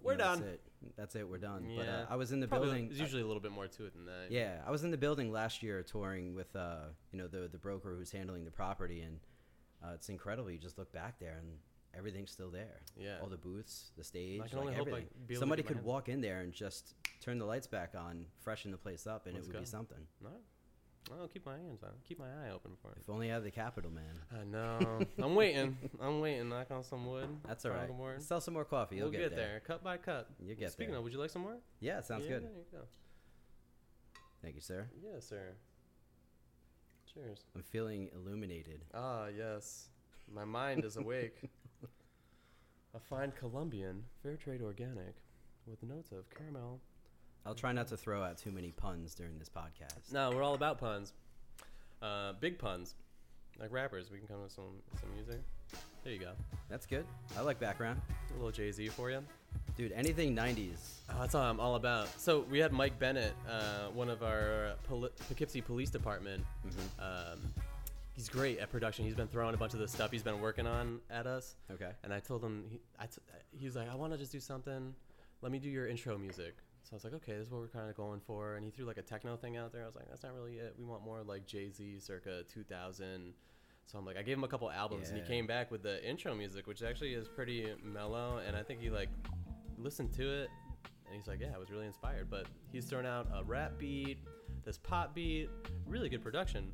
B: you
A: We're
B: know,
A: done.
B: That's it. That's it. We're done. But uh,
A: Yeah.
B: I was in the
A: Probably-
B: building. uh,
A: There's usually a little bit more to it than that.
B: Yeah, I was in the building last year touring with uh, you know the the broker who's handling the property, and uh, it's incredible. You just look back there, and everything's still there.
A: Yeah.
B: all the booths, the stage,
A: I can
B: like
A: only hope I
B: everything.
A: be able to
B: Somebody
A: get my
B: could
A: hands-
B: walk in there and just turn the lights back on, freshen the place up, and
A: Let's
B: it would
A: go.
B: be something.
A: No. I'll Oh, keep my hands on. it. Keep my eye open for
B: <laughs>
A: it.
B: If only I had the capital, man.
A: I know. <laughs> I'm waiting. I'm waiting. Knock on some wood.
B: That's all
A: Knock on
B: right.
A: the wood.
B: Sell some more coffee. You'll
A: we'll
B: get, there.
A: Cup by cup.
B: You'll get
A: Speaking
B: there.
A: of, would you like some more?
B: yeah, sounds
A: Yeah,
B: good.
A: There you go.
B: Thank you, sir.
A: Yeah, sir. Cheers.
B: I'm feeling illuminated.
A: Ah, yes. My mind is awake.
B: <laughs>
A: A fine Colombian, fair trade organic, with notes of caramel,
B: I'll try not to throw out too many puns during this podcast.
A: No, we're all about puns. Uh, big puns, like rappers. We can come up with some some music. There you go.
B: That's good. I like background.
A: A little Jay Z for you.
B: Dude, anything 90s.
A: Oh, that's all I'm all about. So we had Mike Bennett, uh, one of our Poli- Poughkeepsie Police Department.
B: Mm-hmm.
A: Um, he's great at production. He's been throwing a bunch of the stuff he's been working on at us.
B: Okay.
A: And I told him, he, I t- he was like, I want to just do something. Let me do your intro music. So I was like, okay, this is what we're kind of going for. And he threw like a techno thing out there. I was like, that's not really it. We want more like Jay Z circa 2000. So I'm like, I gave him a couple albums, and he
B: Yeah.
A: came back with the intro music, which actually is pretty mellow. And I think he like listened to it, and he's like, yeah, I was really inspired. But he's thrown out a rap beat, this pop beat, really good production,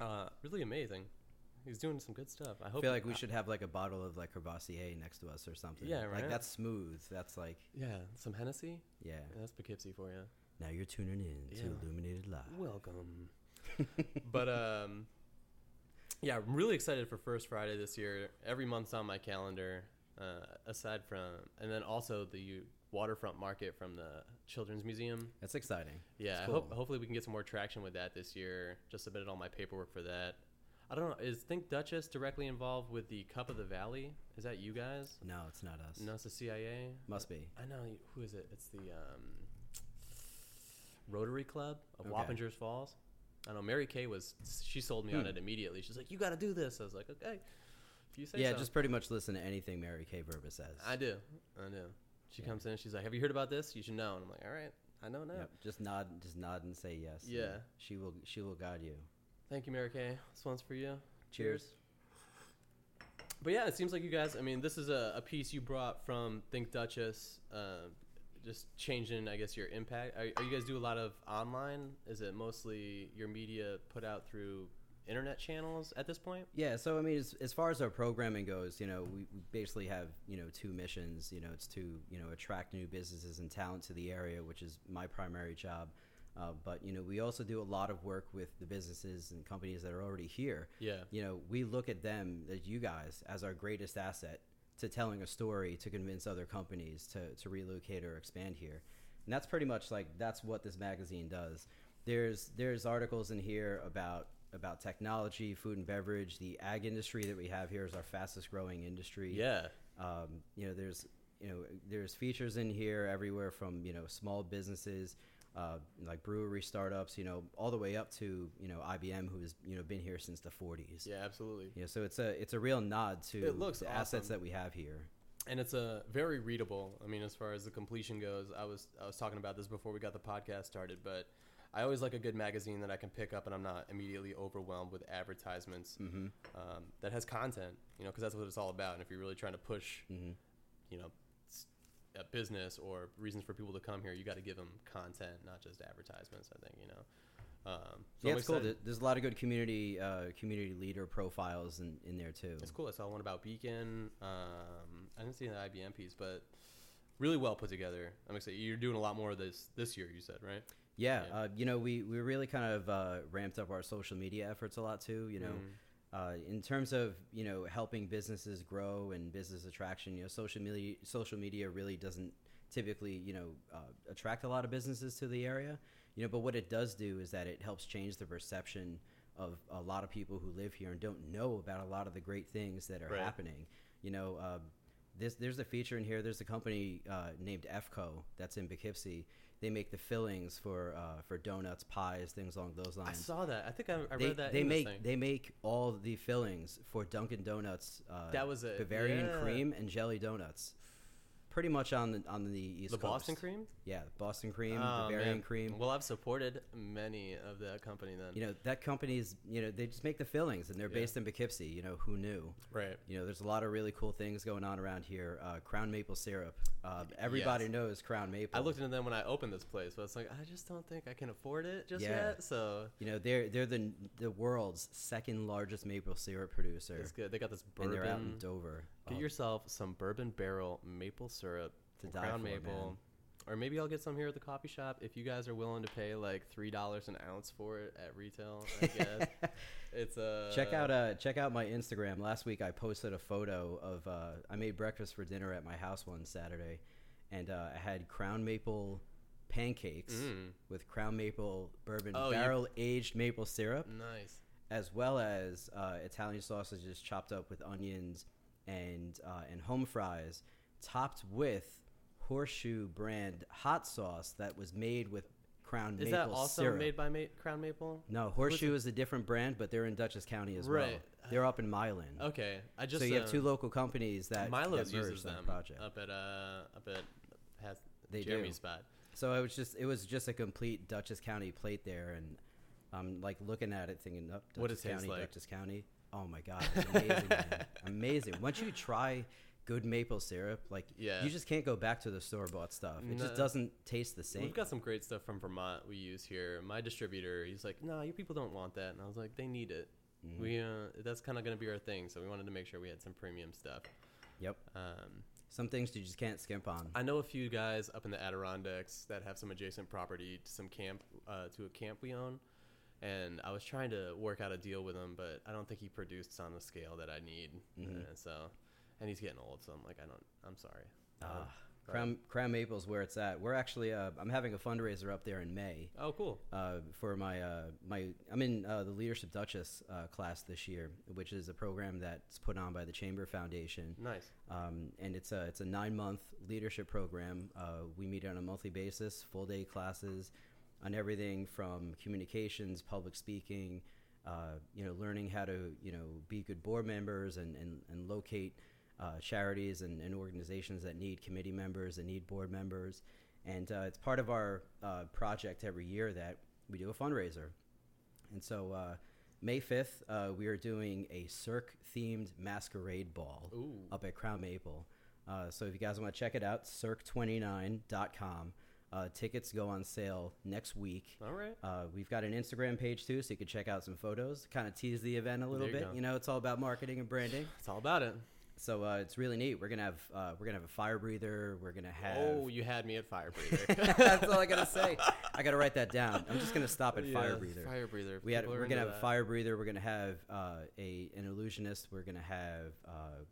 A: uh, really amazing. He's doing some good stuff. I
B: I
A: hope.
B: feel like we should have like a bottle of like Herbaceae next to us or something.
A: Yeah, right?
B: Like that's smooth. That's like,
A: Yeah, some Hennessy.
B: yeah.
A: Yeah, that's Poughkeepsie for you.
B: Now you're tuning in to
A: Yeah.
B: Illuminated Live. <laughs>
A: Welcome. but um, yeah, I'm really excited for First Friday this year. Every month's on my calendar. Uh, aside from, and then also the waterfront market from the Children's Museum.
B: That's exciting.
A: Yeah, I
B: That's
A: hope,
B: cool.
A: hopefully we can get some more traction with that this year. Just submitted all my paperwork for that. I don't know. Is Think Duchess directly involved with the Cup of the Valley? Is that you guys?
B: No, it's not us.
A: No, it's the CIA.
B: Must be.
A: I know who is it? It's the um, Rotary Club of
B: Okay.
A: Wappingers Falls. I know Mary Kay was. She sold me on
B: Hmm.
A: it immediately. She's like, "You got to do this." I was like, "Okay, if you say
B: Yeah,
A: so."
B: just pretty much listen to anything Mary Kay Verba says.
A: I do. I do. She
B: Yeah.
A: comes in. She's like, "Have you heard about this? You should know." And I'm like, "All right, I know now.
B: Yep, Just nod, just nod and say yes. and
A: Yeah.
B: She will, she will guide you.
A: Thank you, Mary Kay. This one's for you."
B: Cheers.
A: But yeah, it seems like you guys. I mean, this is a, a piece you brought from Think Duchess. Um, just changing, I guess, your impact. Are, are you guys do a lot of online? Is it mostly your media put out through internet channels at this point?
B: Yeah, so I mean, as, as far as our programming goes, you know, we, we basically have you know two missions. You know, it's to you know attract new businesses and talent to the area, which is my primary job. Uh, but you know, we also do a lot of work with the businesses and companies that are already here.
A: Yeah.
B: You know, we look at them as you guys as our greatest asset to telling a story to convince other companies to to relocate or expand here. And that's pretty much like that's what this magazine does. There's there's articles in here about about technology, food and beverage, the ag industry that we have here is our fastest growing industry.
A: Yeah.
B: Um, you know, there's you know there's features in here everywhere from you know small businesses, uh, like brewery startups, you know, all the way up to you know IBM, who has you know been here since the 40s.
A: Yeah, absolutely.
B: You know, so it's a it's a real nod to
A: It looks
B: the assets
A: awesome.
B: that we have here.
A: and it's a very readable. I mean, as far as the completion goes, I was I was talking about this before we got the podcast started, but I always like a good magazine that I can pick up and I'm not immediately overwhelmed with advertisements um, that has content. You know, because that's what it's all about. And if you're really trying to push,
B: Mm-hmm.
A: you know, s- a business or reasons for people to come here, you got to give them content, not just advertisements. I think you know. Um, so
B: yeah,
A: I'm
B: it's cool.
A: excited.
B: There- There's a lot of good community uh, community leader profiles in, in there too.
A: It's cool. I saw one about Beacon. Um, I didn't see the IBM piece, but really well put together. I'm excited. You're doing a lot more of this this year. You said right?
B: Yeah,
A: Yeah.
B: Uh, you know, we, we really kind of uh, ramped up our social media efforts a lot too. You know, uh, in terms of you know helping businesses grow and business attraction, you know, social media social media really doesn't typically you know uh, attract a lot of businesses to the area. You know, but what it does do is that it helps change the perception of a lot of people who live here and don't know about a lot of the great things that are
A: Right.
B: happening. You know, uh, this, there's a feature in here. There's a company uh, named EFCO that's in Poughkeepsie. They make the fillings for uh, for donuts, pies, things along those lines
A: I saw that. I think I, I
B: they,
A: read that.
B: they
A: in this
B: make
A: thing.
B: they make all the fillings for Dunkin' Donuts. Uh,
A: That was it,
B: Bavarian
A: yeah.
B: cream and jelly donuts. Pretty much on the on the east
A: the
B: coast.
A: Boston cream.
B: Yeah, Boston cream,
A: Oh,
B: Bavarian
A: man.
B: cream.
A: Well, I've supported many of that company then.
B: You know that company's. You know they just make the fillings, and they're
A: Yeah.
B: based in Poughkeepsie. You know who knew.
A: right.
B: You know, there's a lot of really cool things going on around here. Uh, Crown maple syrup. Uh, everybody
A: Yes.
B: knows Crown maple.
A: I looked into them when I opened this place, but it's like I just don't think I can afford it just
B: Yeah.
A: yet. So
B: You know, they're they're the the world's second largest maple syrup producer,
A: it's good. They got this
B: and they're out
A: bourbon.
B: in Dover.
A: Get
B: Oh,
A: yourself some bourbon barrel maple syrup,
B: To
A: and
B: die
A: crown
B: for,
A: maple,
B: man.
A: or maybe I'll get some here at the coffee shop if you guys are willing to pay like three dollars an ounce for it at retail.
B: <laughs>
A: I guess it's uh,
B: check out uh check out my Instagram. Last week I posted a photo of uh, I made breakfast for dinner at my house one Saturday, and uh, I had crown maple pancakes
A: Mm.
B: with crown maple bourbon
A: Oh, you-
B: barrel aged maple syrup,
A: Nice.
B: as well as uh, Italian sausages chopped up with onions and uh, and home fries, topped with horseshoe brand hot sauce that was made with crown
A: Is that
B: maple
A: also
B: syrup.
A: made by ma- Crown Maple?
B: no, Horseshoe is a different brand, but they're in Dutchess County as well.
A: Right.
B: They're up in Milan.
A: Okay, I just
B: so you have
A: uh,
B: two local companies that
A: Milo's
B: that merged
A: uses
B: on a
A: them
B: project.
A: up at uh up at Pat
B: They do.
A: Jeremy's spot.
B: So it was just it was just a complete Dutchess County plate there, and I'm like looking at it, thinking, "Up
A: What it
B: Dutchess
A: tastes
B: County,
A: like.
B: Dutchess County." Oh my god, it's amazing,
A: <laughs>
B: man. amazing! Once you try good maple syrup, like
A: Yeah.
B: you just can't go back to the store bought stuff. It
A: No.
B: just doesn't taste the same.
A: We've got some great stuff from Vermont we use here. My distributor, he's like, "No, you people don't want that," and I was like, "They need it.
B: Mm.
A: We uh, that's kind of going to be our thing." So we wanted to make sure we had some premium stuff.
B: yep,
A: Um,
B: some things you just can't skimp on.
A: I know a few guys up in the Adirondacks that have some adjacent property to some camp uh, to a camp we own, and I was trying to work out a deal with him, but I don't think he produced on the scale that I need.
B: Mm-hmm.
A: Uh, so, and he's getting old, so I'm like, I don't. I'm sorry. Um,
B: Ah,
A: but-
B: Crown, Crown Maple's where it's at. We're actually uh, I'm having a fundraiser up there in May.
A: Oh, cool.
B: uh, for my uh, my I'm in uh, the Leadership Duchess uh, class this year, which is a program that's put on by the Chamber Foundation,
A: Nice.
B: um, and it's a it's a nine month leadership program. Uh, we meet on a monthly basis, full day classes on everything from communications, public speaking, uh, you know, learning how to you know be good board members and and, and locate. Uh, charities and, and organizations that need committee members and need board members and uh, it's part of our uh, project every year that we do a fundraiser. And so, uh, May 5th, uh, we are doing a Cirque themed masquerade ball
A: Ooh.
B: up at Crown Maple. Uh, so, if you guys want to check it out, cirque29.com. Uh, tickets go on sale next week.
A: All right.
B: Uh, we've got an Instagram page too, so you can check out some photos. Kind of tease the event a little
A: There you
B: bit.
A: go.
B: You know, it's all about marketing and branding.
A: It's all about it.
B: So uh, it's really neat. We're gonna have uh, we're gonna have a fire breather. We're gonna have
A: Oh, you had me at fire breather.
B: <laughs> That's all I gotta
A: <laughs>
B: say. I gotta write that down. I'm just gonna stop at
A: Yeah,
B: fire breather.
A: Fire breather.
B: we had,
A: People are
B: we're gonna
A: into
B: have a
A: that.
B: fire breather. We're gonna have uh, a an illusionist. We're gonna have uh,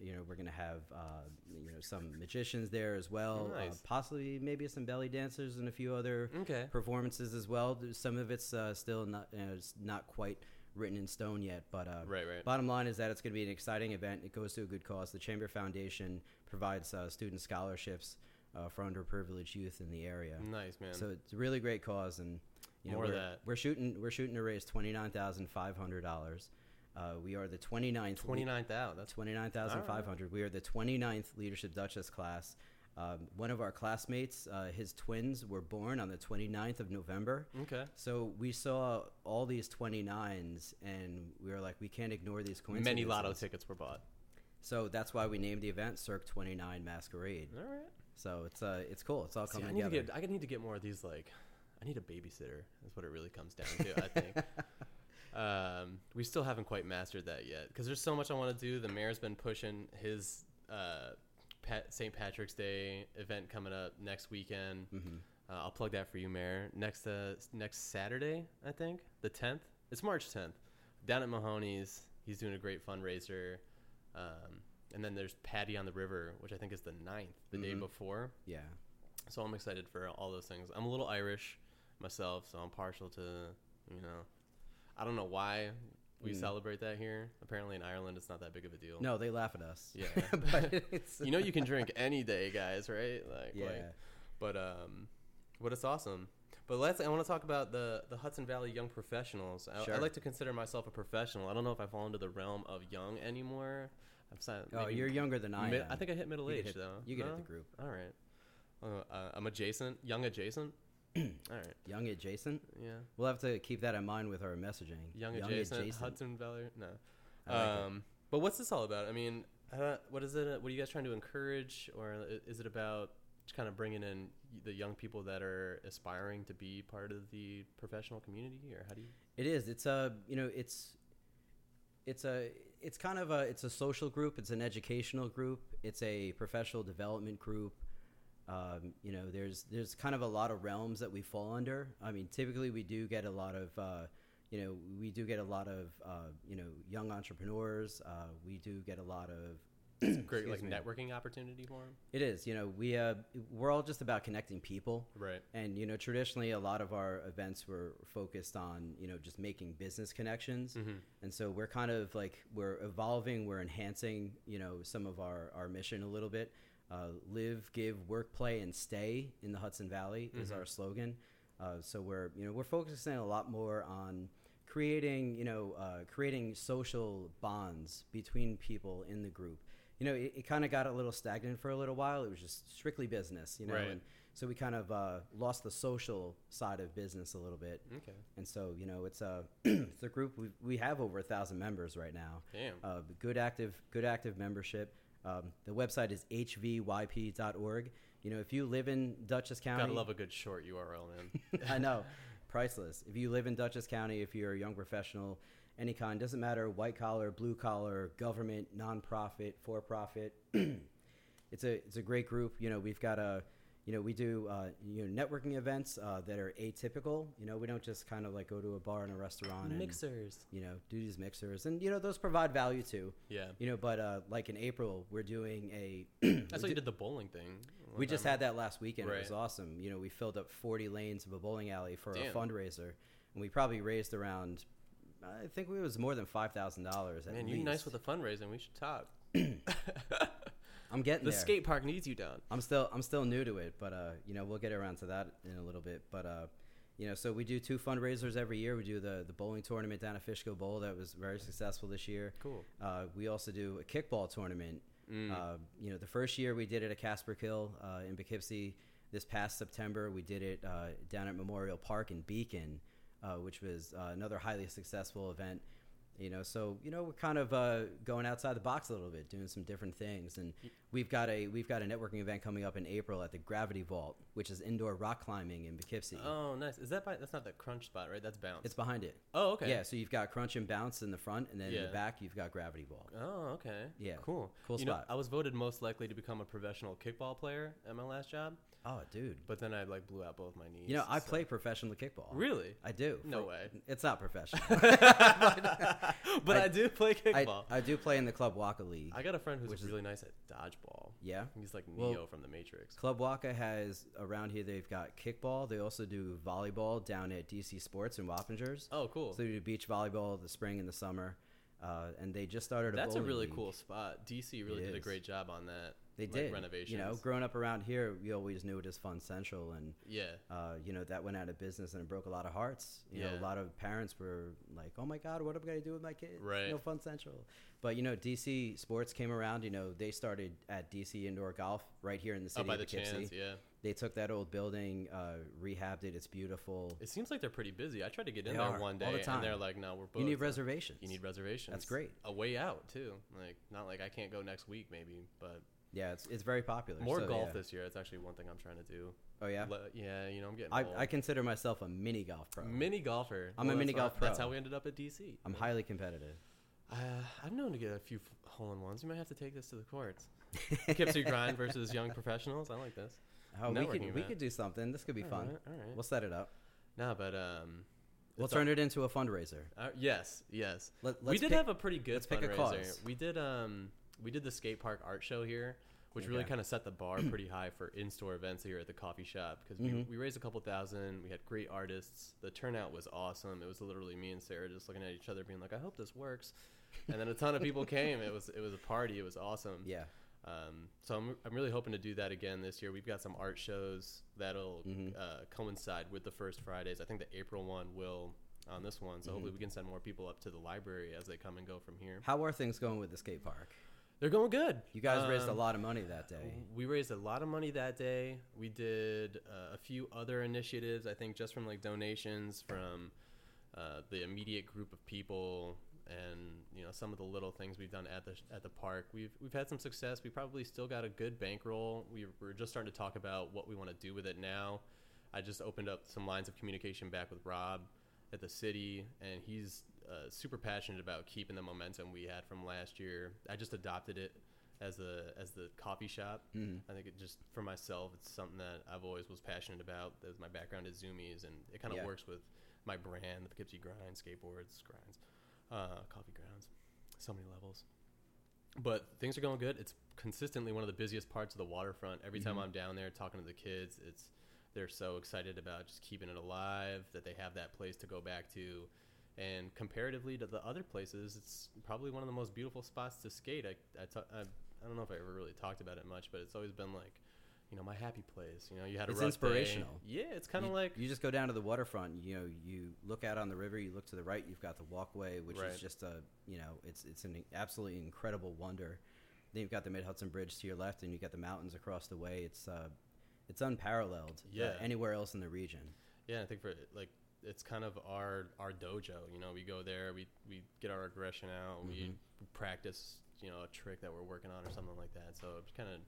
B: you know we're gonna have uh, you know some magicians there as well.
A: Nice.
B: Uh, possibly maybe some belly dancers and a few other
A: Okay.
B: performances as well. There's- Some of it's uh, still not you know, it's not quite written in stone yet, but uh,
A: Right, right.
B: Bottom line is that it's going to be an exciting event. It goes to a good cause. The Chamber Foundation provides uh, student scholarships uh, for underprivileged youth in the area.
A: Nice man.
B: So it's a really great cause, and you know
A: More of
B: we're,
A: that.
B: we're shooting we're shooting to raise twenty nine thousand five hundred dollars. Uh, we are the uh, 29th
A: Twenty ninth out. That's
B: 29,500. We are the 29th Leadership Duchess class. Um, one of our classmates, uh, his twins were born on the 29th of November.
A: okay.
B: So we saw all these 29s and we were like, we can't ignore these coincidences.
A: Many lotto tickets were bought.
B: So that's why we named the event Cirque 29 Masquerade.
A: All right.
B: So it's uh, it's cool. It's all
A: See,
B: coming
A: I need to
B: together.
A: get. I need to get more of these. Like, I need a babysitter. Is what it really comes down to. I
B: <laughs>
A: think. <laughs> Um, we still haven't quite mastered that yet because there's so much I want to do. The mayor's been pushing his uh, Pat, St. Patrick's Day event coming up next weekend.
B: Mm-hmm.
A: Uh, I'll plug that for you, Mayor. Next uh, s- next Saturday, I think the 10th. It's March 10th. Down at Mahoney's, he's doing a great fundraiser. Um, and then there's Patty on the River, which I think is the 9th, the
B: Mm-hmm.
A: day before.
B: yeah.
A: So I'm excited for all those things. I'm a little Irish myself, so I'm partial to you know. I don't know why we celebrate that here. Apparently in Ireland, it's not that big of a deal.
B: Mm. No, they laugh at us.
A: Yeah.
B: <laughs> but
A: <laughs>
B: it's,
A: You know
B: <laughs>
A: you can drink any day, guys, right? Like,
B: yeah.
A: like but um, but it's awesome. But let's. I want to talk about the the Hudson Valley Young Professionals. I, I
B: Sure.
A: like to consider myself a professional. I don't know if I fall into the realm of young anymore. I'm sorry,
B: oh,
A: maybe
B: you're younger than I
A: mid-
B: am.
A: I think uh-huh. I hit middle
B: You
A: age
B: could hit-
A: though.
B: You can hit
A: No?
B: the group.
A: All right. Uh, uh, I'm adjacent, young
B: <clears throat>
A: adjacent. All right.
B: Young adjacent.
A: Yeah.
B: We'll have to keep that in mind with our messaging.
A: Young, adjacent, Hudson Valley. No.
B: I like it.
A: um, but what's this all about? I mean, uh, what is it? uh, What are you guys trying to encourage, or i- is it about kind of bringing in the young people that are aspiring to be part of the professional community, or how do you?
B: It is. It's a you know it's it's a it's kind of a it's a social group. It's an educational group. It's a professional development group. Um, you know, there's there's kind of a lot of realms that we fall under. I mean, typically we do get a lot of uh, you know we do get a lot of uh, you know young entrepreneurs. Uh, we do get a lot of
A: it's a great like
B: Excuse me.
A: networking opportunity for him.
B: It is, you know, we uh, we're all just about connecting people,
A: Right.
B: and you know, traditionally a lot of our events were focused on you know just making business connections,
A: Mm-hmm.
B: and so we're kind of like we're evolving, we're enhancing, you know, some of our our mission a little bit. Uh, live, give, work, play, and stay in the Hudson Valley is our slogan. Uh, so we're you know we're focusing a lot more on creating you know uh, creating social bonds between people in the group you know it, it kind of got a little stagnant for a little while it was just strictly business you know
A: Right.
B: and so we kind of uh, lost the social side of business a little bit
A: Okay.
B: and so you know it's a <clears throat> it's a group we, we have over a thousand members right now
A: Damn.
B: uh, good active good active membership um, the website is hvyp.org you know if you live in dutchess county
A: Gotta love a good short URL,
B: <laughs>
A: man.
B: I know, priceless. If you live in Dutchess County, if you're a young professional, any kind, doesn't matter, white collar, blue collar, government, nonprofit, for profit. <clears throat> it's a it's a great group. You know, we've got a you know we do uh, you know networking events uh, that are atypical. You know, we don't just kind of like go to a bar and a restaurant and
A: Mixers.
B: you know do these mixers, and you know those provide value too.
A: Yeah.
B: You know, but uh, like in April, we're doing a
A: <clears throat> That's why you did the bowling thing.
B: we just had that last weekend. It was
A: Right.
B: awesome. You know, we filled up 40 lanes of a bowling alley for
A: Damn.
B: a fundraiser, and we probably raised around, I think it was more than five thousand dollars.
A: Um, Man, you nice with the fundraising. We should
B: <clears throat>
A: talk. <laughs>
B: I'm getting
A: The
B: there.
A: skate park needs you, Don.
B: I'm still I'm still new to it, but uh, you know, we'll get around to that in a little bit. But uh, you know, so we do two fundraisers every year. We do the the bowling tournament down at Fishkill Bowl that was very successful this year.
A: Cool.
B: Uh, we also do a kickball tournament.
A: Mm.
B: Uh, you know, the first year we did it at Casper Kill uh, in Poughkeepsie. This past September, we did it uh, down at Memorial Park in Beacon, uh, which was uh, another highly successful event. You know, so you know we're kind of uh, going outside the box a little bit, doing some different things, and
A: Mm.
B: we've got a we've got a networking event coming up in April at the Gravity Vault, which is indoor rock climbing in Poughkeepsie.
A: Oh, nice. Is that by? That's not the crunch spot, right? That's bounce.
B: It's behind it.
A: oh, okay.
B: Yeah, so you've got crunch and bounce in the front, and then in
A: Yeah.
B: the back you've got Gravity Vault.
A: Oh, okay.
B: Yeah.
A: Cool.
B: Cool
A: you
B: spot.
A: Know, I was voted most likely to become a professional kickball player at my last job,
B: Oh, dude.
A: but then I like blew out both my knees.
B: You know, I
A: so-
B: play professional kickball.
A: uh, Really?
B: I do.
A: No
B: For- <laughs>
A: way. <laughs>
B: It's not professional.
A: but I,
B: I-
A: do play
B: I,
A: kickball. I,
B: I do play in the Club Waka League.
A: got a friend who's
B: Which is-
A: really nice at dodgeball.
B: yeah.
A: He's like
B: Well-
A: Neo from the Matrix.
B: Club Waka has around here, they've got kickball. They also do volleyball down at DC Sports in Wappingers.
A: Oh, cool.
B: So they do beach volleyball the spring and the summer. Uh, and they just started a
A: That's a
B: bowling
A: really
B: league.
A: cool spot. DC really
B: It
A: did a
B: is.
A: great job on that.
B: They
A: like,
B: did.
A: renovations.
B: You know, growing up around here, we always knew it as Fun Central. And
A: yeah.
B: uh, you know, that went out of business and it broke a lot of hearts. You know,
A: Yeah.
B: a lot of parents were like, "Oh my God, what am I going to do with my kids?
A: Right.
B: No Fun Central." But you know, DC Sports came around. You know, they started at DC Indoor Golf right here in the city
A: Up Oh, by
B: of
A: the
B: Poughkeepsie.
A: chance. Yeah.
B: They took that old building, uh, rehabbed it. It's beautiful.
A: It seems like they're pretty busy. I tried to get in
B: They
A: there
B: are,
A: one
B: all
A: day,
B: the time.
A: and they're like, "No, we're booked."
B: you need
A: I'm like,
B: reservations.
A: You need reservations.
B: great.
A: A way out too. Like not like I can't go next week maybe, but
B: yeah, it's it's very popular.
A: more
B: So,
A: golf
B: yeah.
A: this year. It's actually one thing I'm trying to do.
B: Oh yeah,
A: Le- yeah, you know I'm getting
B: I,
A: old.
B: I consider myself a mini golf pro.
A: mini golfer.
B: I'm a
A: that's
B: mini
A: why-
B: golf
A: That's
B: pro.
A: how we ended up at DC.
B: I'm
A: <laughs>
B: highly competitive.
A: Uh, I'm known to get a few f- hole in ones. You might have to take this to the courts.
B: <laughs>
A: Kipsy grind versus young professionals. I like this.
B: Oh, we
A: Networking
B: could we
A: event.
B: could do something. This could be fun.
A: All right.
B: We'll set it up.
A: no, but um,
B: We'll
A: it's
B: turn it into a fundraiser.
A: all- uh, yes, yes.
B: Let, let's
A: we did
B: pick-
A: have a pretty good
B: let's
A: fundraiser.
B: pick a cause.
A: We did um we did the skate park art show here, which really
B: Okay.
A: kind of set the
B: <clears throat>
A: bar pretty high for in-store events here at the coffee shop because
B: Mm-hmm.
A: we, we raised a couple thousand. We had great artists. The turnout was awesome. It was literally me and Sarah just looking at each other, being like, "I hope this works." And then a ton of people came. It was it was a party. It was awesome.
B: yeah.
A: Um, so I'm, I'm really hoping to do that again this year. We've got some art shows that'll
B: Mm-hmm.
A: uh, coincide with the first Fridays. I think the April one will on this one.
B: Mm-hmm.
A: So hopefully we can send more people up to the library as they come and go from here.
B: How are things going with the skate park?
A: They're going good.
B: You guys raised a
A: Um,
B: lot of money that day.
A: We raised a lot of money that day. We did uh, a few other initiatives. I think just from like donations from uh, the immediate group of people, and you know some of the little things we've done at the at the park. We've we've had some success. We probably still got a good bankroll. We we're just starting to talk about what we want to do with it now. I just opened up some lines of communication back with Rob at the city, and he's uh, super passionate about keeping the momentum we had from last year. I just adopted it as the as the coffee shop. I think it just for myself, it's something that I've always was passionate about. As my background is zoomies, and it kind of
B: Yeah.
A: works with my brand, the Poughkeepsie Grind, skateboards, grinds, uh, coffee grounds, so many levels. but things are going good. It's consistently one of the busiest parts of the waterfront. Every
B: Mm-hmm.
A: time I'm down there talking to the kids, it's they're so excited about just keeping it alive that they have that place to go back to. And comparatively to the other places, it's probably one of the most beautiful spots to skate. I I ta- I- I don't know if I ever really talked about it much, but it's always been like, you know, my happy place. You know, you had a
B: It's
A: rough day.
B: inspirational.
A: Yeah, it's kind of
B: you,
A: like
B: you just go down to the waterfront. You know, you look out on the river. You look to the right. You've got the walkway, which
A: Right.
B: is just a you know, it's it's an absolutely incredible wonder. Then you've got the Mid Hudson Bridge to your left, and you got the mountains across the way. It's uh, it's unparalleled. uh,
A: Yeah.
B: anywhere else in the region.
A: Yeah, I think for like it's kind of our our dojo. You know, we go there, we we get our aggression out, we practice, you know, a trick that we're working on or something like that. So it's kind of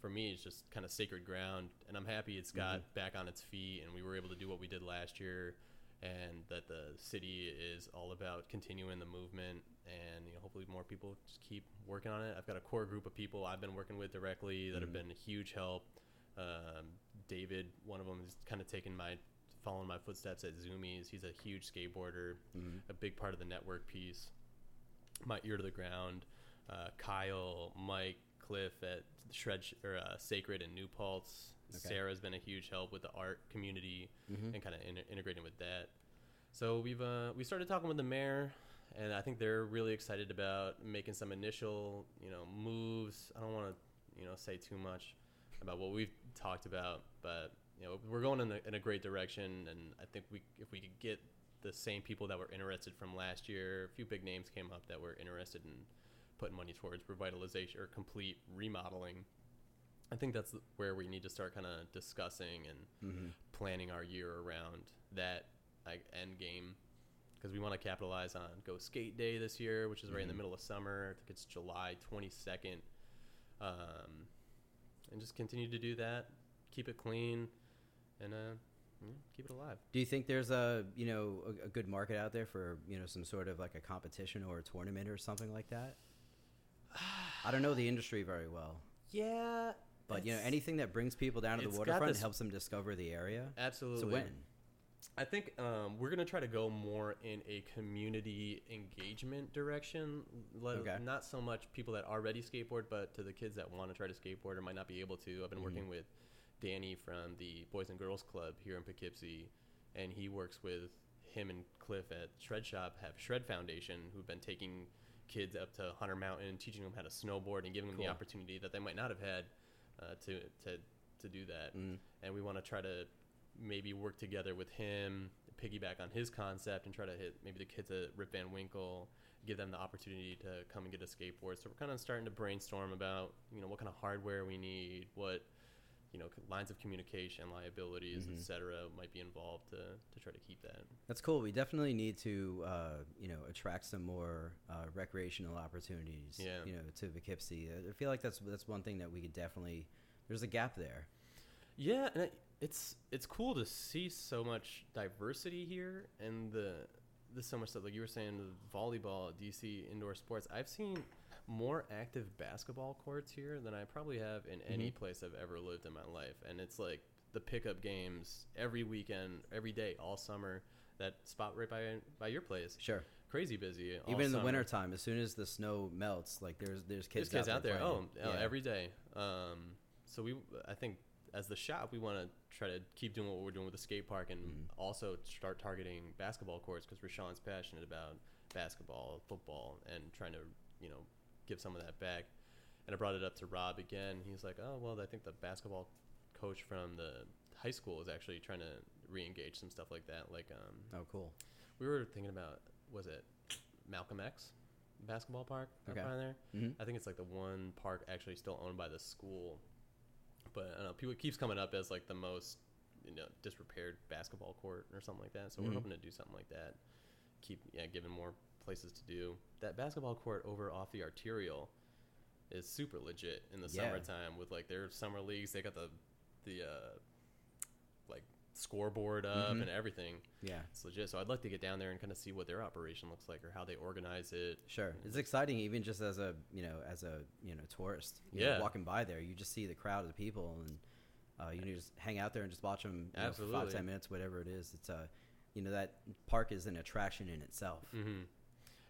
A: for me, it's just kind of sacred ground, and I'm happy it's got back on its feet, and we were able to do what we did last year, and that the city is all about continuing the movement, and you know, hopefully more people just keep working on it. I've got a core group of people I've been working with directly that have been a huge help. Um, David, one of them, is kind of taking my following my footsteps at Zoomies. He's a huge skateboarder, a big part of the network piece my ear to the ground. Uh, Kyle, Mike, Cliff at Shred or uh, Sacred and New Paltz.
B: Okay.
A: Sarah's been a huge help with the art community and kind of in- integrating with that. So we've uh, we started talking with the mayor, and I think they're really excited about making some initial you know moves. I don't want to you know say too much about what we've talked about, but you know we're going in a, in a great direction, and I think we if we could get the same people that were interested from last year, a few big names came up that were interested in putting money towards revitalization or complete remodeling. I think that's where we need to start kind of discussing and
B: Mm-hmm.
A: planning our year around that like end game because we want to capitalize on Go Skate Day this year, which is right in the
B: Mm-hmm.
A: middle of summer. I think it's July 22nd. Um, and just continue to do that, keep it clean, and uh, yeah, keep it alive.
B: Do you think there's a you know a, a good market out there for you know some sort of like a competition or a tournament or something like
A: <sighs>
B: that? I don't know the industry very well,
A: Yeah,
B: but you know anything that brings people down to the
A: it's got
B: waterfront
A: this-
B: helps them discover the area.
A: absolutely.
B: It's a win.
A: I think um, we're gonna try to go more in a community engagement direction. Let,
B: Okay.
A: Not so much people that already skateboard, but to the kids that want to try to skateboard or might not be able to. I've been working
B: Mm-hmm.
A: with Danny from the Boys and Girls Club here in Poughkeepsie, and he works with him and Cliff at Shred Shop have Shred Foundation, who've been taking kids up to Hunter Mountain, teaching them how to snowboard, and giving them the
B: Cool.
A: opportunity that they might not have had uh, to to to do that.
B: Mm.
A: And we want to try to maybe work together with him, piggyback on his concept, and try to hit maybe the kids at Rip Van Winkle, give them the opportunity to come and get a skateboard. So we're kind of starting to brainstorm about you know what kind of hardware we need, what you know c- lines of communication, liabilities, et cetera, might be involved to to try to keep that.
B: That's cool. We definitely need to, uh, you know, attract some more uh, recreational opportunities.
A: Yeah.
B: You know, to Poughkeepsie. I- I feel like that's that's one thing that we could definitely. There's a gap there.
A: Yeah, and it, it's it's cool to see so much diversity here and the there's so much stuff like you were saying the volleyball, DC indoor sports. I've seen more active basketball courts here than I probably have in any
B: Mm-hmm.
A: place I've ever lived in my life, and it's like the pickup games every weekend, every day, all summer. That spot right by by your place,
B: Sure.
A: crazy busy. all
B: Even in the
A: summer.
B: wintertime, as soon as the snow melts, like there's there's kids,
A: There's kids out there. Oh,
B: playing.
A: oh,
B: Yeah.
A: every day. Um, so we, I think, as the shop, we want to try to keep doing what we're doing with the skate park, and
B: Mm-hmm.
A: also start targeting basketball courts because Rashawn's passionate about basketball, football, and trying to, you know, give some of that back. And I brought it up to Rob again. He's like, "Oh, well, I think the basketball coach from the high school is actually trying to re-engage some stuff like that. Like, um,
B: Oh, cool.
A: we were thinking about was it Malcolm X basketball park up
B: Okay.
A: by there?
B: Mhm.
A: I think it's like the one park actually still owned by the school, but I don't know. People it keeps coming up as like the most you know disrepaired basketball court or something like that. So we're hoping to do something like that. Keep yeah, giving more places to do that basketball court over off the arterial is super legit in the
B: Yeah.
A: summertime with like their summer leagues. They got the the uh, like scoreboard up and everything
B: Yeah.
A: it's legit. So I'd like to get down there and kind of see what their operation looks like or how they organize it.
B: Sure, it's exciting even just as a you know as a you know tourist. You know,
A: Yeah.
B: walking by there, you just see the crowd of people, and uh, you can just hang out there and just watch them. You know, for five
A: Absolutely.
B: ten minutes, whatever it is. It's uh, a you know that park is an attraction in itself.
A: Mm. Mm-hmm.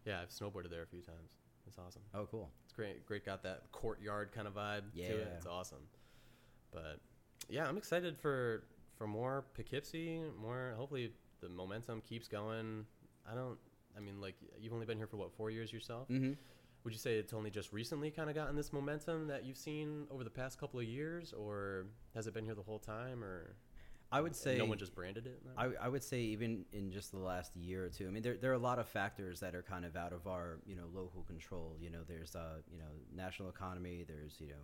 A: Yeah, I've snowboarded there a few times. It's awesome.
B: Oh, cool.
A: It's great. Great got that courtyard kind of vibe to it.
B: Yeah.
A: It's awesome. But yeah, I'm excited for for more Poughkeepsie. More hopefully the momentum keeps going. I don't. I mean, like you've only been here for what four years yourself.
B: Mm-hmm.
A: Would you say it's only just recently kind of gotten this momentum that you've seen over the past couple of years, or has it been here the whole time, or
B: I would say
A: no one just branded it? that way?
B: I, I would say even in just the last year or two. I mean, there, there are a lot of factors that are kind of out of our you know local control. You know, there's uh you know national economy. There's you know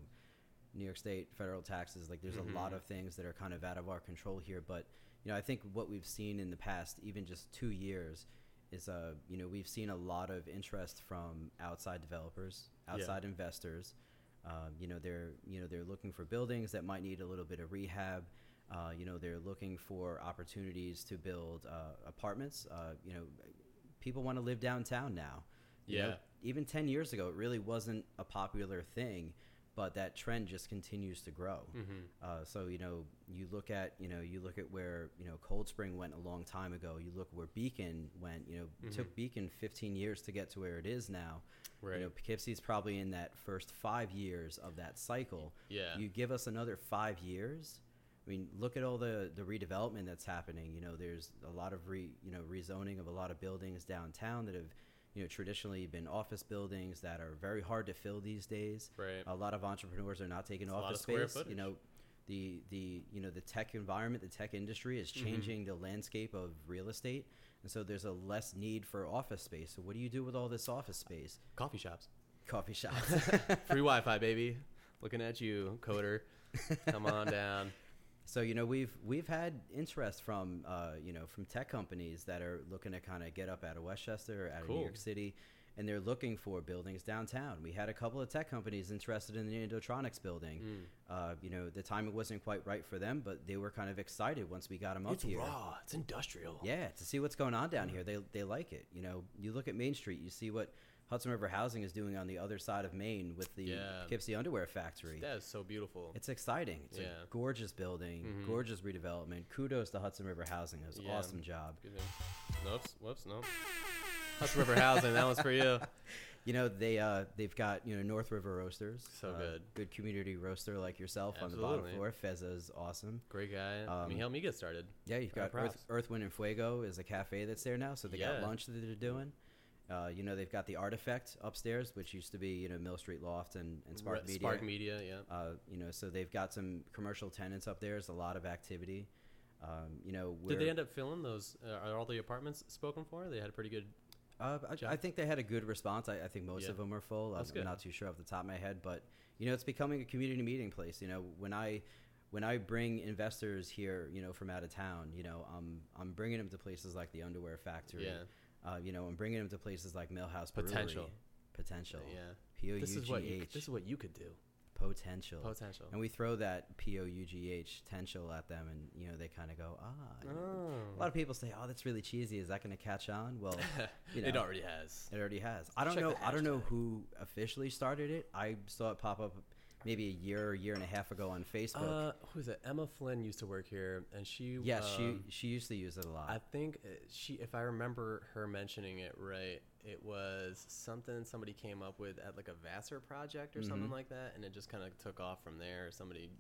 B: New York State federal taxes. Like there's a lot
A: Mhm.
B: of things that are kind of out of our control here. But you know, I think what we've seen in the past, even just two years, is uh you know we've seen a lot of interest from outside developers,
A: Yeah.
B: outside investors. Um, you know they're you know they're looking for buildings that might need a little bit of rehab. Uh, you know they're looking for opportunities to build uh, apartments. Uh, you know people want to live downtown now. You know,
A: Yeah.
B: even ten years ago, it really wasn't a popular thing, but that trend just continues to grow.
A: Mhm.
B: Uh, so you know, you look at you know, you look at where you know Cold Spring went a long time ago. You look where Beacon went. You know, it took Beacon 15 years to get to where it is now.
A: Mm-hmm. Right.
B: You know, Poughkeepsie's probably in that first five years of that cycle.
A: Yeah.
B: You give us another five years. I mean, look at all the the redevelopment that's happening. You know, there's a lot of re you know rezoning of a lot of buildings downtown that have you know traditionally been office buildings that are very hard to fill these days
A: right.
B: a lot of entrepreneurs are not taking
A: It's a lot
B: office
A: of square
B: space. You
A: footage.
B: know, the the you know the tech environment, the tech industry is
A: Mm-hmm.
B: changing the landscape of real estate, and so there's a less need for office space. So what do you do with all this office space?
A: Coffee shops.
B: Coffee shops.
A: Free Wi-Fi, baby. Looking at you, coder. <laughs> Come
B: <laughs>
A: on down.
B: so you know we've we've had interest from uh, you know from tech companies that are looking to kind of get up out of Westchester or out of New
A: Cool.
B: York City. And they're looking for buildings downtown. We had a couple of tech companies interested in the Indotronics building.
A: Mm.
B: Uh, you know, the timing wasn't quite right for them, but they were kind of excited once we got them up
A: It's
B: here.
A: raw. It's industrial.
B: Yeah, to see what's going on down here, they they like it. You know, you look at Main Street, you see what Hudson River Housing is doing on the other side of Maine with the
A: Yeah.
B: Poughkeepsie Underwear Factory.
A: That is so beautiful.
B: It's exciting. It's
A: Yeah. Mm-hmm.
B: a gorgeous building, gorgeous redevelopment. Kudos to Hudson River Housing. It was an
A: Yeah.
B: awesome job.
A: Excuse me. Whoops, whoops, no. That's River Housing. That one's for you.
B: You know they uh, they've got you know North River Roasters,
A: So
B: uh,
A: good.
B: good community roaster like yourself on the bottom
A: Absolutely.
B: floor. Fezza's awesome.
A: Great guy. I mean,
B: Um,
A: help me get started.
B: Yeah, you've
A: Uh,
B: got Earth,
A: props.
B: Earth, Wind, and Fuego is a cafe that's there now, so they got
A: Yeah.
B: lunch that they're doing. Uh, you know, they've got the Artifact upstairs, which used to be you know Mill Street Loft and, and Spark
A: Re-
B: Media.
A: Spark Media, yeah.
B: Uh, you know, so they've got some commercial tenants up there. There's a lot of activity. Um, you know,
A: Did they
B: we're-
A: end up filling those? Uh, are all the apartments spoken for? They had a pretty good.
B: Uh, I, I
A: Jack?
B: think they had a good response. I, I think most
A: Yeah.
B: of them are full. I'm,
A: That's
B: I'm
A: good.
B: not too sure off the top of my head, but you know, it's becoming a community meeting place. You know, when I when I bring investors here, you know, from out of town, you know, I'm I'm bringing them to places like the Underwear Factory.
A: Yeah.
B: Uh, you know, I'm bringing them to places like Millhouse Brewery.
A: Potential.
B: Potential.
A: Yeah.
B: P o u
A: This
B: g
A: is what
B: h.
A: you, this is what you could do.
B: potential.
A: Potential.
B: And we throw that p o u g h potential at them, and you know, they kind of go, ah. A
A: Oh.
B: lot of people say, "Oh, that's really cheesy. Is that going to catch on?"
A: <laughs>
B: Well, you know,
A: it already has.
B: it already has. I don't
A: Check
B: know.
A: the
B: I don't know
A: hashtag.
B: who officially started it. I saw it pop up maybe a year, or year and a half ago on Facebook.
A: Uh, who is it? Emma Flynn used to work here, and she.
B: yes,
A: um,
B: she she used to use it a lot.
A: I think uh, she, if I remember her mentioning it right, it was something somebody came up with at like a Vassar project or something like that, and it just kind of took off from there. Somebody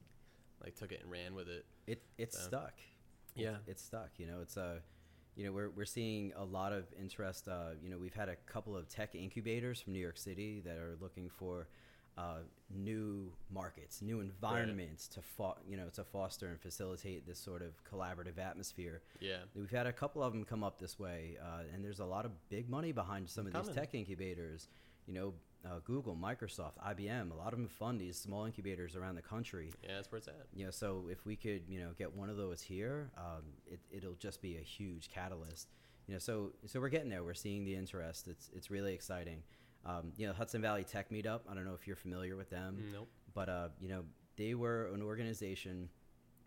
A: like took it and ran with it.
B: it it's
A: so-
B: stuck.
A: Yeah.
B: it's stuck. You know, it's a. You know, we're, we're seeing a lot of interest. Uh, you know, we've had a couple of tech incubators from New York City that are looking for uh, new markets, new environments to fo- you know to foster and facilitate this sort of collaborative atmosphere.
A: Yeah.
B: We've had a couple of them come up this way, uh, and there's a lot of big money behind some of these
A: Coming.
B: tech incubators. You know, uh, Google, Microsoft, IBM. A lot of them fund these small incubators around the country.
A: Yeah, that's where it's at.
B: You know, so if we could, you know, get one of those here, um, it, it'll just be a huge catalyst. You know, so so we're getting there. We're seeing the interest. It's it's really exciting. Um, you know, Hudson Valley Tech Meetup. I don't know if you're familiar with them
A: Mm, Nope.
B: but uh, you know they were an organization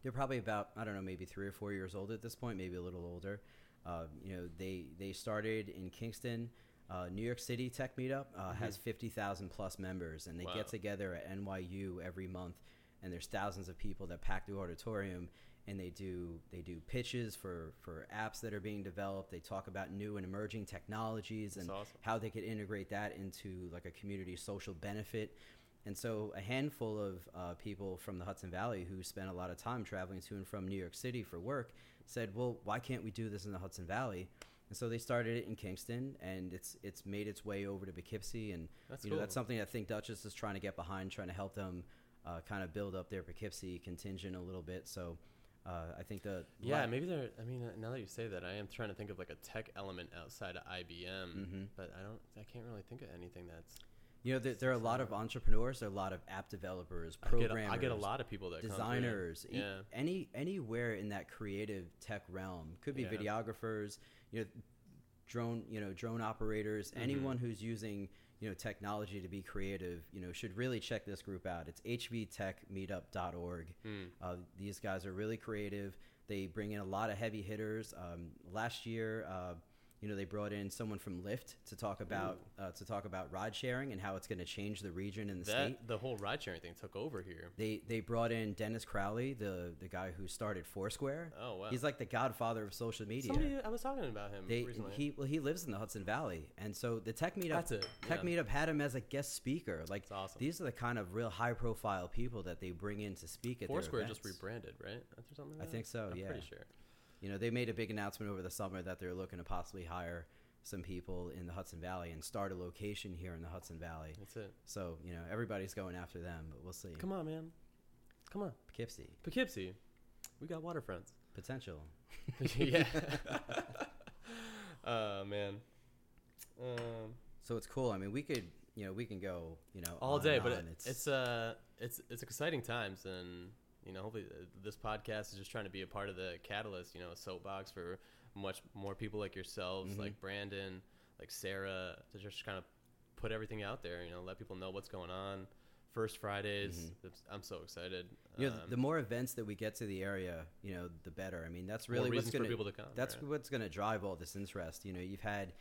B: they're probably about i don't know maybe three or four years old at this point maybe a little older uh, you know they they started in kingston uh, new york city tech meetup uh, has 50000 plus members and they
A: Wow.
B: get together at nyu every month and there's thousands of people that pack the auditorium and they do they do pitches for for apps that are being developed. They talk about new and emerging technologies
A: That's
B: and
A: awesome.
B: how they could integrate that into like a community social benefit. And so a handful of uh, people from the Hudson Valley who spent a lot of time traveling to and from New York City for work said, "Well, why can't we do this in the Hudson Valley?" And so they started it in Kingston, and it's it's made its way over to Poughkeepsie, and
A: That's
B: you
A: cool.
B: know that's something I think Duchess is trying to get behind, trying to help them uh, kind of build up their Poughkeepsie contingent a little bit. So uh, I think the
A: yeah, maybe there. I mean, uh, now that you say that, I am trying to think of like a tech element outside of IBM,
B: Mhm.
A: but I don't. I can't really think of anything that's.
B: you know there, there are a lot of entrepreneurs, there are a lot of app developers,
A: I
B: programmers,
A: get, a- I get a lot of people that come through.
B: designers, e-
A: Yeah.
B: any anywhere in that creative tech realm could be
A: Yeah.
B: videographers, you know, drone, you know, drone operators,
A: Mm-hmm.
B: anyone who's using you know technology to be creative, you know, should really check this group out. It's hvtechmeetup.org.
A: Mm.
B: Uh, these guys are really creative. They bring in a lot of heavy hitters. Um, last year, uh, you know, they brought in someone from Lyft to talk about uh, to talk about ride sharing and how it's going to change the region and the state.
A: That the whole ride sharing thing took over here.
B: They they brought in Dennis Crowley, the the guy who started Foursquare.
A: Oh wow.
B: He's like the godfather of social media.
A: Somebody, I was talking about him
B: they
A: recently.
B: he well he lives in the Hudson Valley, and so the tech meetup
A: That's it,
B: tech
A: yeah.
B: meetup had him as a guest speaker. Like
A: That's awesome.
B: these are the kind of real high profile people that they bring in to speak at
A: Foursquare
B: their
A: just
B: events.
A: rebranded, right? That's or something.
B: I
A: like
B: think
A: that?
B: so,
A: I'm
B: yeah.
A: pretty sure.
B: you know they made a big announcement over the summer that they're looking to possibly hire some people in the Hudson Valley and start a location here in the Hudson Valley.
A: That's it.
B: So you know everybody's going after them, but we'll see.
A: Come on, man. Come on,
B: Poughkeepsie
A: Poughkeepsie. We got
B: <laughs>
A: waterfronts. <laughs>
B: potential.
A: yeah. <laughs> Oh man. Um,
B: So it's cool. I mean, we could, you know, we can go, you know,
A: all
B: on
A: day,
B: and
A: but
B: on.
A: it, it's uh, it's it's exciting times, and you know, hopefully, uh, this podcast is just trying to be a part of the catalyst. You know, a soapbox for much more people like yourselves,
B: Mhm.
A: like Brandon, like Sarah, to just kind of put everything out there. You know, let people know what's going on. First Fridays, it's- I'm so excited.
B: Mm-hmm. you know, the-
A: Um,
B: the more events that we get to the area, you know, the better. I mean, that's really
A: more
B: what's
A: reasons
B: going
A: for people to come.
B: That's
A: right?
B: what's going to drive all this interest. You know, you've had,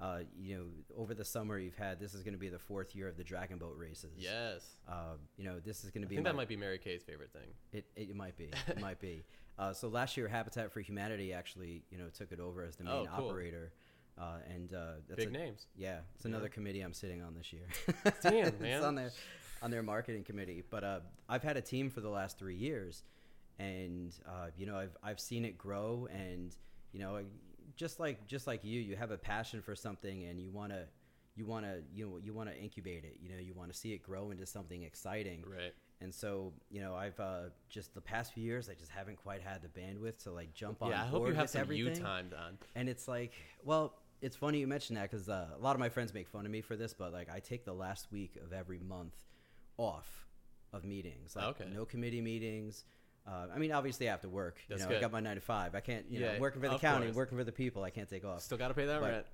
B: uh, you know, over the summer you've had. This is going to be the fourth year of the dragon boat races.
A: yes.
B: Uh, you know, this is going
A: I
B: to be.
A: think
B: my-
A: that might be Mary Kay's favorite thing.
B: It, it, it might be. It
A: <laughs>
B: might be. Uh, so last year, Habitat for Humanity actually, you know, took it over as the main
A: Oh, cool.
B: operator. Uh, and uh, that's
A: Big
B: a- <laughs>
A: names.
B: Yeah, it's
A: Yeah.
B: another committee I'm sitting on this year.
A: Damn, man.
B: <laughs> it's on their on their marketing committee. But uh, I've had a team for the last three years, and uh, you know I've I've seen it grow, and you know I- just like just like you, you have a passion for something, and you want to you want to you know you want to incubate it. You know you want to see it grow into something exciting.
A: Right.
B: And so you know I've uh, just the past few years I just haven't quite had the bandwidth to like jump on.
A: yeah, I hope
B: board
A: you have
B: with
A: some
B: everything.
A: you timed on.
B: And it's like, well, it's funny you mentioned that because uh, a lot of my friends make fun of me for this, but like I take the last week of every month off of meetings. Like,
A: Okay.
B: No committee meetings. Uh, I mean, obviously I have to work. You
A: That's
B: know, I
A: good.
B: got my nine to five. I can't, you know,
A: Yeah,
B: I'm working for the
A: of
B: county,
A: course.
B: working for the people. I can't take off.
A: Still got to pay that
B: But-
A: rent.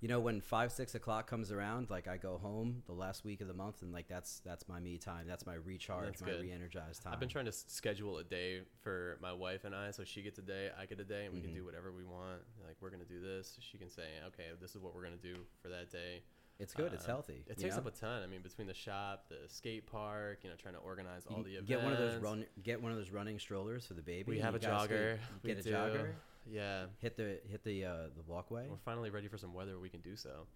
B: You know, when five, six o'clock comes around, like I go home the last week of the month, and like that's that's my me time. That's my recharge,
A: That's
B: my
A: good.
B: re-energized time.
A: I've been trying to s- schedule a day for my wife and I, so she gets a day, I get a day, and we
B: Mhm.
A: can do whatever we want. Like we're gonna do this. She can say, okay, this is what we're gonna do for that day.
B: it's good. it's
A: uh,
B: healthy.
A: It
B: you
A: takes
B: know?
A: up a ton. I mean, between the shop, the skate park, you know, trying to organize all
B: You
A: the
B: can
A: events.
B: get one of those run, get one of those running strollers for the baby.
A: We
B: and
A: have
B: you
A: a
B: guys can
A: jogger. We
B: Get
A: do.
B: a jogger.
A: Yeah,
B: hit the hit the uh, the walkway.
A: we're finally ready for some weather. We can do so.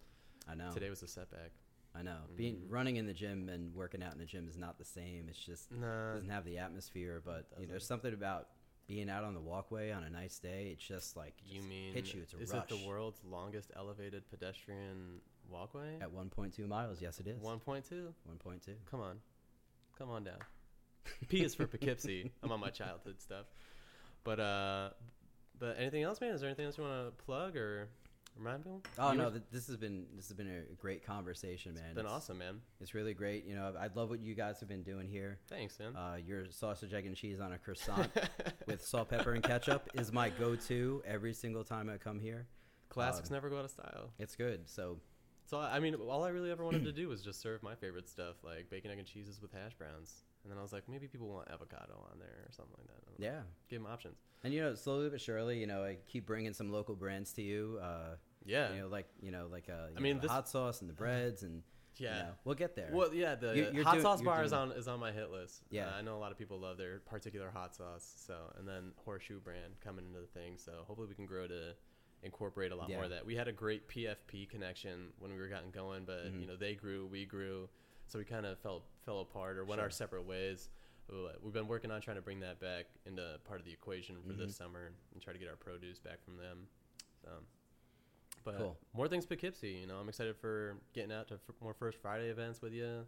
B: I know.
A: Today was a setback.
B: I know. Being
A: Mhm.
B: running in the gym and working out in the gym is not the same. It's just
A: Nah,
B: doesn't have the atmosphere. But you
A: Uh,
B: know, there's
A: doesn't.
B: something about being out on the walkway on a nice day. It's just like
A: you
B: just
A: mean
B: hits you. It's a
A: is
B: rush.
A: it the world's longest elevated pedestrian walkway?
B: At 1.2 miles, yes, it is.
A: One point two.
B: 1.2.
A: Come on. Come on down. P is for Poughkeepsie. I'm on my childhood stuff. But uh but anything else, man? Is there anything else you want to plug or remind people?
B: <laughs> Oh
A: You
B: no,
A: were-
B: th- this has been this has been a great conversation, man.
A: it's been awesome, man.
B: It's really great. You know, I I love what you guys have been doing here.
A: Thanks, man.
B: Uh, your sausage, egg, and cheese on
A: <laughs>
B: a croissant with salt, pepper, and ketchup is my go-to every single time I come here.
A: Classics
B: um,
A: never go out of style.
B: It's good. So
A: So I mean, all I really ever wanted to do was just serve my favorite stuff, like bacon, egg, and cheeses with hash browns. And then I was like, maybe people want avocado on there or something like that.
B: yeah,
A: Give them options.
B: And you know, slowly but surely, you know, I keep bringing some local brands to you. Uh,
A: Yeah.
B: You know, like you know, like uh, you
A: mean,
B: know, the
A: this-
B: hot sauce and the breads and you
A: Yeah.
B: know? we'll get there.
A: Well, yeah, the
B: You- you're
A: hot
B: doing-
A: sauce
B: you're
A: bar is on
B: doing-
A: is on my hit list.
B: Yeah.
A: Uh, I know a lot of people love their particular hot sauce. So, and then Horseshoe brand coming into the thing. So, hopefully, we can grow to incorporate a lot
B: Yeah.
A: more of that. We had a great PFP connection when we were gotten going, but
B: Mhm.
A: you know they grew, we grew, so we kind of fell fell apart or went our separate ways. But we've been working on trying to bring that back into part of the equation for this
B: Mm-hmm.
A: summer and try to get our produce back from them. So, but
B: Cool.
A: more things Poughkeepsie. You know, I'm excited for getting out to f- more First Friday events with you.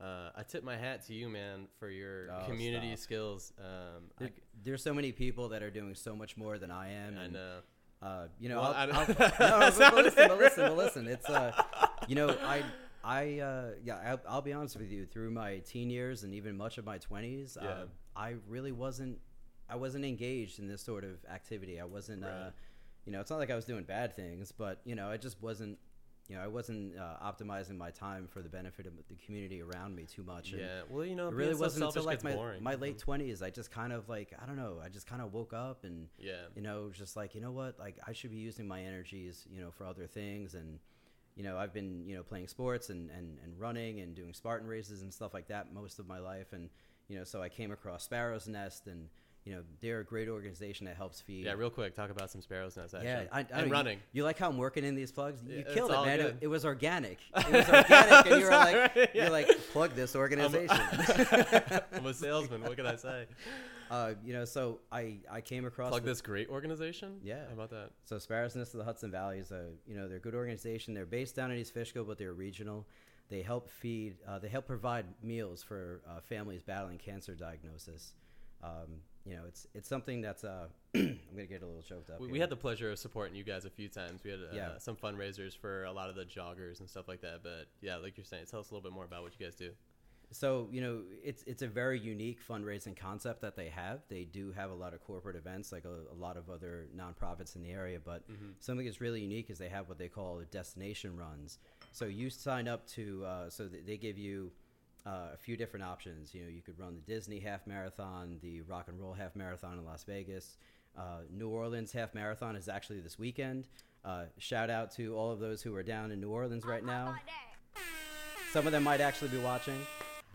A: Uh, I tip my hat to you, man, for your
B: Oh,
A: community
B: stop.
A: skills. Um, I,
B: There- there's so many people that are doing so much more than I am.
A: I
B: and, <laughs>
A: know.
B: Uh, you know,
A: Well,
B: I'll-
A: I don't- <laughs>
B: I'll- no, no, but- but listen, but listen, but listen. It's uh, you know, I, I, uh, yeah, I'll, I'll be honest with you. Through my teen years and even much of my twenties,
A: Yeah.
B: uh, I really wasn't, I wasn't engaged in this sort of activity. I wasn't, uh,
A: Right.
B: you know, it's not like I was doing bad things, but you know, I just wasn't. You know, I wasn't uh, optimizing my time for the benefit of the community around me too much. and-
A: Yeah. Well, you know,
B: it really wasn't
A: so
B: until like
A: selfish
B: my,
A: gets boring.
B: my late twenties. I just kind of like I don't know. I just kind of woke up and
A: <laughs> Yeah.
B: you know just like you know what like I should be using my energies you know for other things and you know I've been you know playing sports and and and running and doing Spartan races and stuff like that most of my life and you know so I came across Sparrow's Nest and you know they're a great organization that helps feed.
A: Yeah. Real quick, talk about some sparrows nest action.
B: Yeah, I, I know,
A: and
B: you-
A: running.
B: You, like how I'm working in these plugs? You
A: Yeah, it's
B: killed it,
A: all
B: man. It,
A: good.
B: it
A: <laughs>
B: was organic. <laughs> It was organic, and you were like,
A: Sorry, <laughs> yeah.
B: you're like, plug this
A: I'm
B: organization.
A: a- <laughs> I'm a salesman. What can I say?
B: <laughs> uh, you know, so I I came across
A: Plug
B: the-
A: this great organization.
B: Yeah.
A: How about that?
B: So Sparrows Nest of the Hudson Valley is a you know they're a good organization. They're based down in East Fishkill, but they're regional. They help feed. Uh, they help provide meals for uh, families battling cancer diagnosis. Um, you know, it's it's something that's. Uh, <clears throat> I'm gonna get a little choked up.
A: We,
B: here.
A: we had the pleasure of supporting you guys a few times. We had uh,
B: Yeah.
A: some fundraisers for a lot of the joggers and stuff like that. But yeah, like you're saying, tell us a little bit more about what you guys do.
B: So you know, it's it's a very unique fundraising concept that they have. They do have a lot of corporate events, like a, a lot of other nonprofits in the area. But something that's really unique is they have what they call destination runs. So you sign up to, uh, so th- they give you uh, a few different options. You know, you could run the Disney half marathon, the Rock and Roll half marathon in Las Vegas. Uh, New Orleans half marathon is actually this weekend. Uh, shout out to all of those who are down in New Orleans right now. Some of them might actually be watching.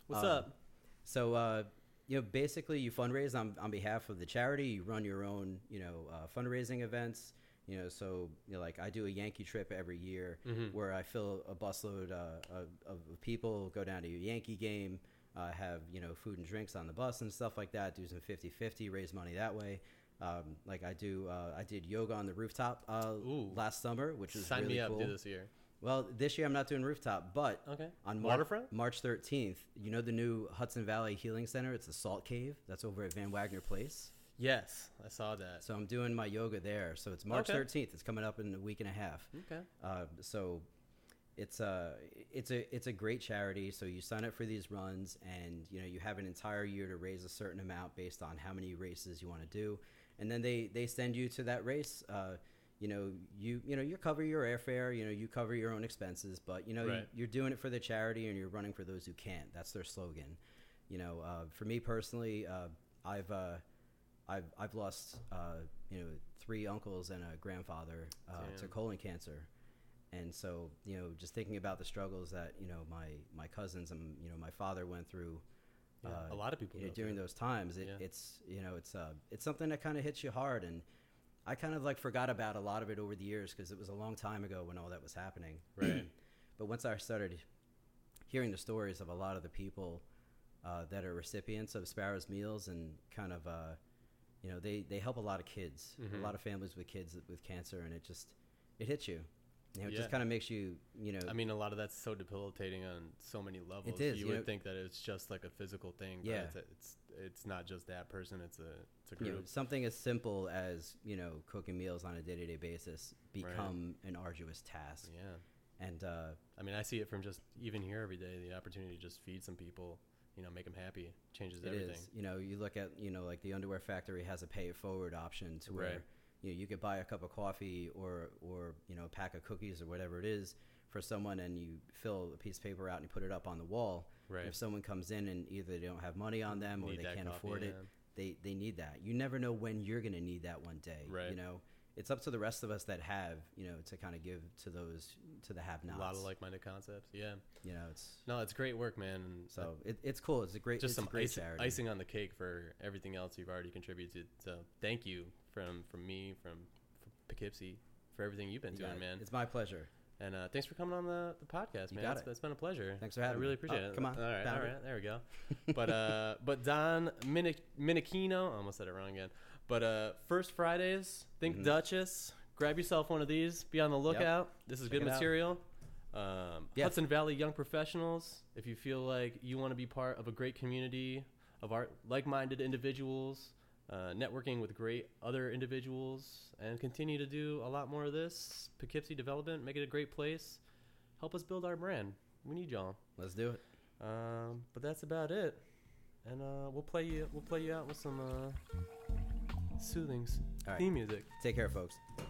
A: What's
B: Um,
A: up?
B: So, uh, you know, basically, you fundraise on, on behalf of the charity. You run your own, you know, uh, fundraising events. You know, so you know, like I do a Yankee trip every year
A: Mm-hmm.
B: where I fill a busload uh, of, of people, go down to a Yankee game, uh, have you know food and drinks on the bus and stuff like that. Do some 50-50, raise money that way. Um, like I do, uh, I did yoga on the rooftop uh,
A: Ooh.
B: last summer, which was
A: Sign
B: really
A: me up.
B: cool.
A: Do this year.
B: Well, this year I'm not doing rooftop, but
A: Okay.
B: on Mar-
A: Waterfront?
B: March 13th, you know the new Hudson Valley Healing Center? It's the Salt Cave. That's over at Van Wagner Place.
A: Yes, I saw that.
B: So I'm doing my yoga there. So it's March
A: Okay.
B: 13th. It's coming up in a week and a half.
A: Okay.
B: Uh, so it's a it's a it's a great charity. So you sign up for these runs, and you know you have an entire year to raise a certain amount based on how many races you want to do, and then they they send you to that race. Uh, you know you you know you cover your airfare. You know you cover your own expenses, but you know you,
A: Right.
B: you're doing it for the charity, and you're running for those who can't. That's their slogan. You know, uh, for me personally, uh, I've uh, I've I've lost uh, you know three uncles and a grandfather uh, to
A: Damn.
B: colon cancer, and so you know just thinking about the struggles that you know my my cousins and you know my father went through.
A: Yeah,
B: uh,
A: a lot of people
B: you know,
A: go through
B: during those times, it,
A: Yeah.
B: it's you know it's uh, it's something that kind of hits you hard, and I kind of like forgot about a lot of it over the years because it was a long time ago when all that was happening. <clears throat>
A: Right.
B: but once I started hearing the stories of a lot of the people uh, that are recipients of Sparrow's meals and kind of, uh, you know, they, they help a lot of kids, a
A: Mhm.
B: lot of families with kids with cancer, and it just it hits you. You know, it
A: Yeah.
B: just kind of makes you, you know,
A: I mean, a lot of that's so debilitating on so many levels.
B: is,
A: You,
B: you
A: would
B: know-
A: think that it's just like a physical thing. But
B: Yeah.
A: It's, it's it's not just that person. It's a it's a
B: you know,
A: group.
B: something as simple as you know cooking meals on a day to day basis become an arduous task,
A: Yeah.
B: and uh,
A: I mean, I see it from just even here every day. The opportunity to just feed some people, you know, make them happy, changes
B: It is,
A: everything.
B: You know, you look at you know like the underwear factory has a pay it forward option to where
A: Right.
B: you know you could buy a cup of coffee or or you know a pack of cookies or whatever it is for someone, and you fill a piece of paper out and you put it up on the wall. And
A: Right.
B: If someone comes in and either they don't have money on them or
A: Need
B: they
A: that
B: can't
A: coffee,
B: afford it,
A: yeah.
B: they they need that. You never know when you're going to need that one day. You
A: Right.
B: know, it's up to the rest of us that have, you know, to kind of give to those to the have-nots.
A: A lot of like-minded concepts. Yeah.
B: you know, it's
A: No, it's great work, man. and
B: so it, it's cool. It's a great,
A: just
B: it's
A: some
B: a great
A: icing,
B: charity.
A: icing on the cake for everything else you've already contributed. So thank you from from me from, from Poughkeepsie for everything you've been
B: You got
A: doing,
B: it.
A: man.
B: It's my pleasure.
A: And uh, thanks for coming on the, the podcast,
B: You
A: man.
B: got
A: It's-
B: it.
A: it's been a pleasure.
B: Thanks for having
A: I really
B: me.
A: appreciate
B: Oh,
A: it.
B: come on.
A: All right,
B: Found
A: all
B: it.
A: right, there we go. But uh, but Don Minic- Minicino, I almost said it wrong again. But uh, first Fridays, think
B: Mhm.
A: Duchess. Grab yourself one of these. Be on the lookout. This is
B: Check
A: good
B: it out.
A: material. Um,
B: Yeah.
A: Hudson Valley Young Professionals. If you feel like you want to be part of a great community of art, like-minded individuals, uh, networking with great other individuals, and continue to do a lot more of this. Poughkeepsie Development, make it a great place. Help us build our brand. We need y'all.
B: <laughs> Let's do it.
A: Um, but that's about it. And uh, we'll play you we'll play you out with some uh, soothing s
B: All right.
A: theme music.
B: Take care, folks.